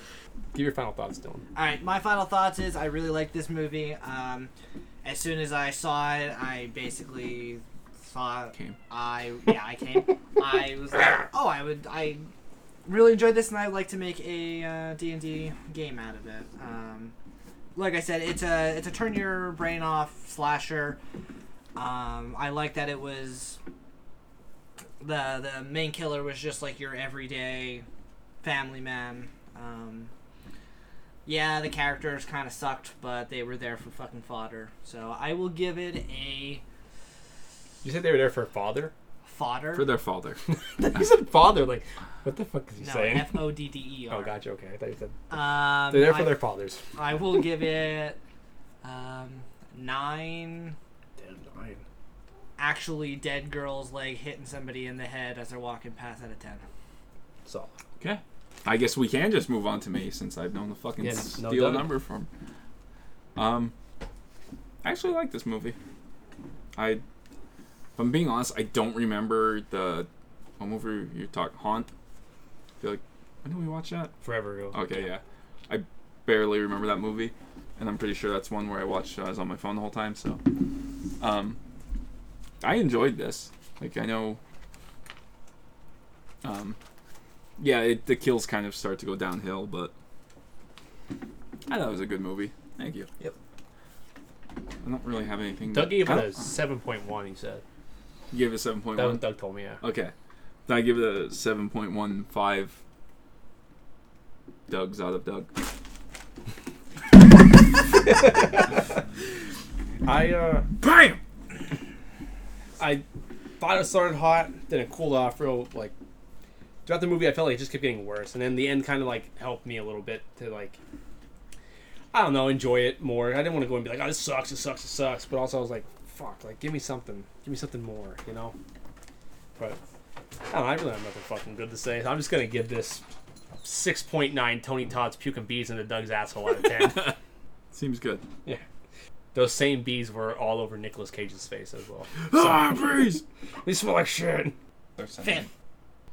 C: Give your final thoughts, Dylan.
A: All right, my final thoughts is I really like this movie. Um, as soon as I saw it, I basically thought
B: Came.
A: I yeah I came. I was like, oh, I would I really enjoyed this, and I'd like to make a uh, D and D game out of it. Um, like I said, it's a it's a turn your brain off slasher. Um, I like that it was the the main killer was just like your everyday family man. Um, yeah, the characters kind of sucked, but they were there for fucking fodder. So I will give it a
C: You said they were there for father. *laughs*
A: fodder.
B: For their father.
C: you said father, like what the fuck is he
A: no,
C: saying?
A: F O D D E R.
C: *laughs* oh, gotcha. Okay, I thought you said
A: Um,
C: they're there for
A: I,
C: their fathers.
A: I will give it um, nine actually dead girls like hitting somebody in the head as they're walking past out of ten.
C: So
B: Okay. I guess we can just move on to me since I've known the fucking
C: Yeah, no
B: steal
C: doubt.
B: number from. Um, I actually like this movie. I, if I'm being honest, I don't remember the what movie you talk haunt. I feel like when did we watch that?
C: forever ago.
B: Okay, yeah. I barely remember that movie, and I'm pretty sure that's one where I watched. Uh, I was on my phone the whole time, so. Um, I enjoyed this. Like I know. Um, yeah, it, the kills kind of start to go downhill, but I thought it was a good movie. Thank you.
A: Yep.
B: I don't really have anything.
C: Doug gave
B: I
C: it
B: don't-
C: a seven point one. He said
B: you gave it seven point
C: that was
B: one.
C: Doug told me. Yeah.
B: Okay, then I give it a seven point one five. Doug's out of Doug.
C: I uh
B: Bam.
C: I thought it started hot, then it cooled off real like throughout the movie. I felt like it just kept getting worse, and then the end kind of like helped me a little bit to like I don't know enjoy it more. I didn't want to go and be like, oh, this sucks, it sucks, it sucks, but also I was like, fuck, like give me something, give me something more, you know. But I don't know, I really have nothing fucking good to say. I'm just gonna give this. 6.9 Tony Todd's puking bees into Doug's asshole out of 10.
B: Seems good.
C: yeah. Those same bees were all over Nicolas Cage's face as well.
B: Ah, breeze.
C: They smell like shit.
A: Finn,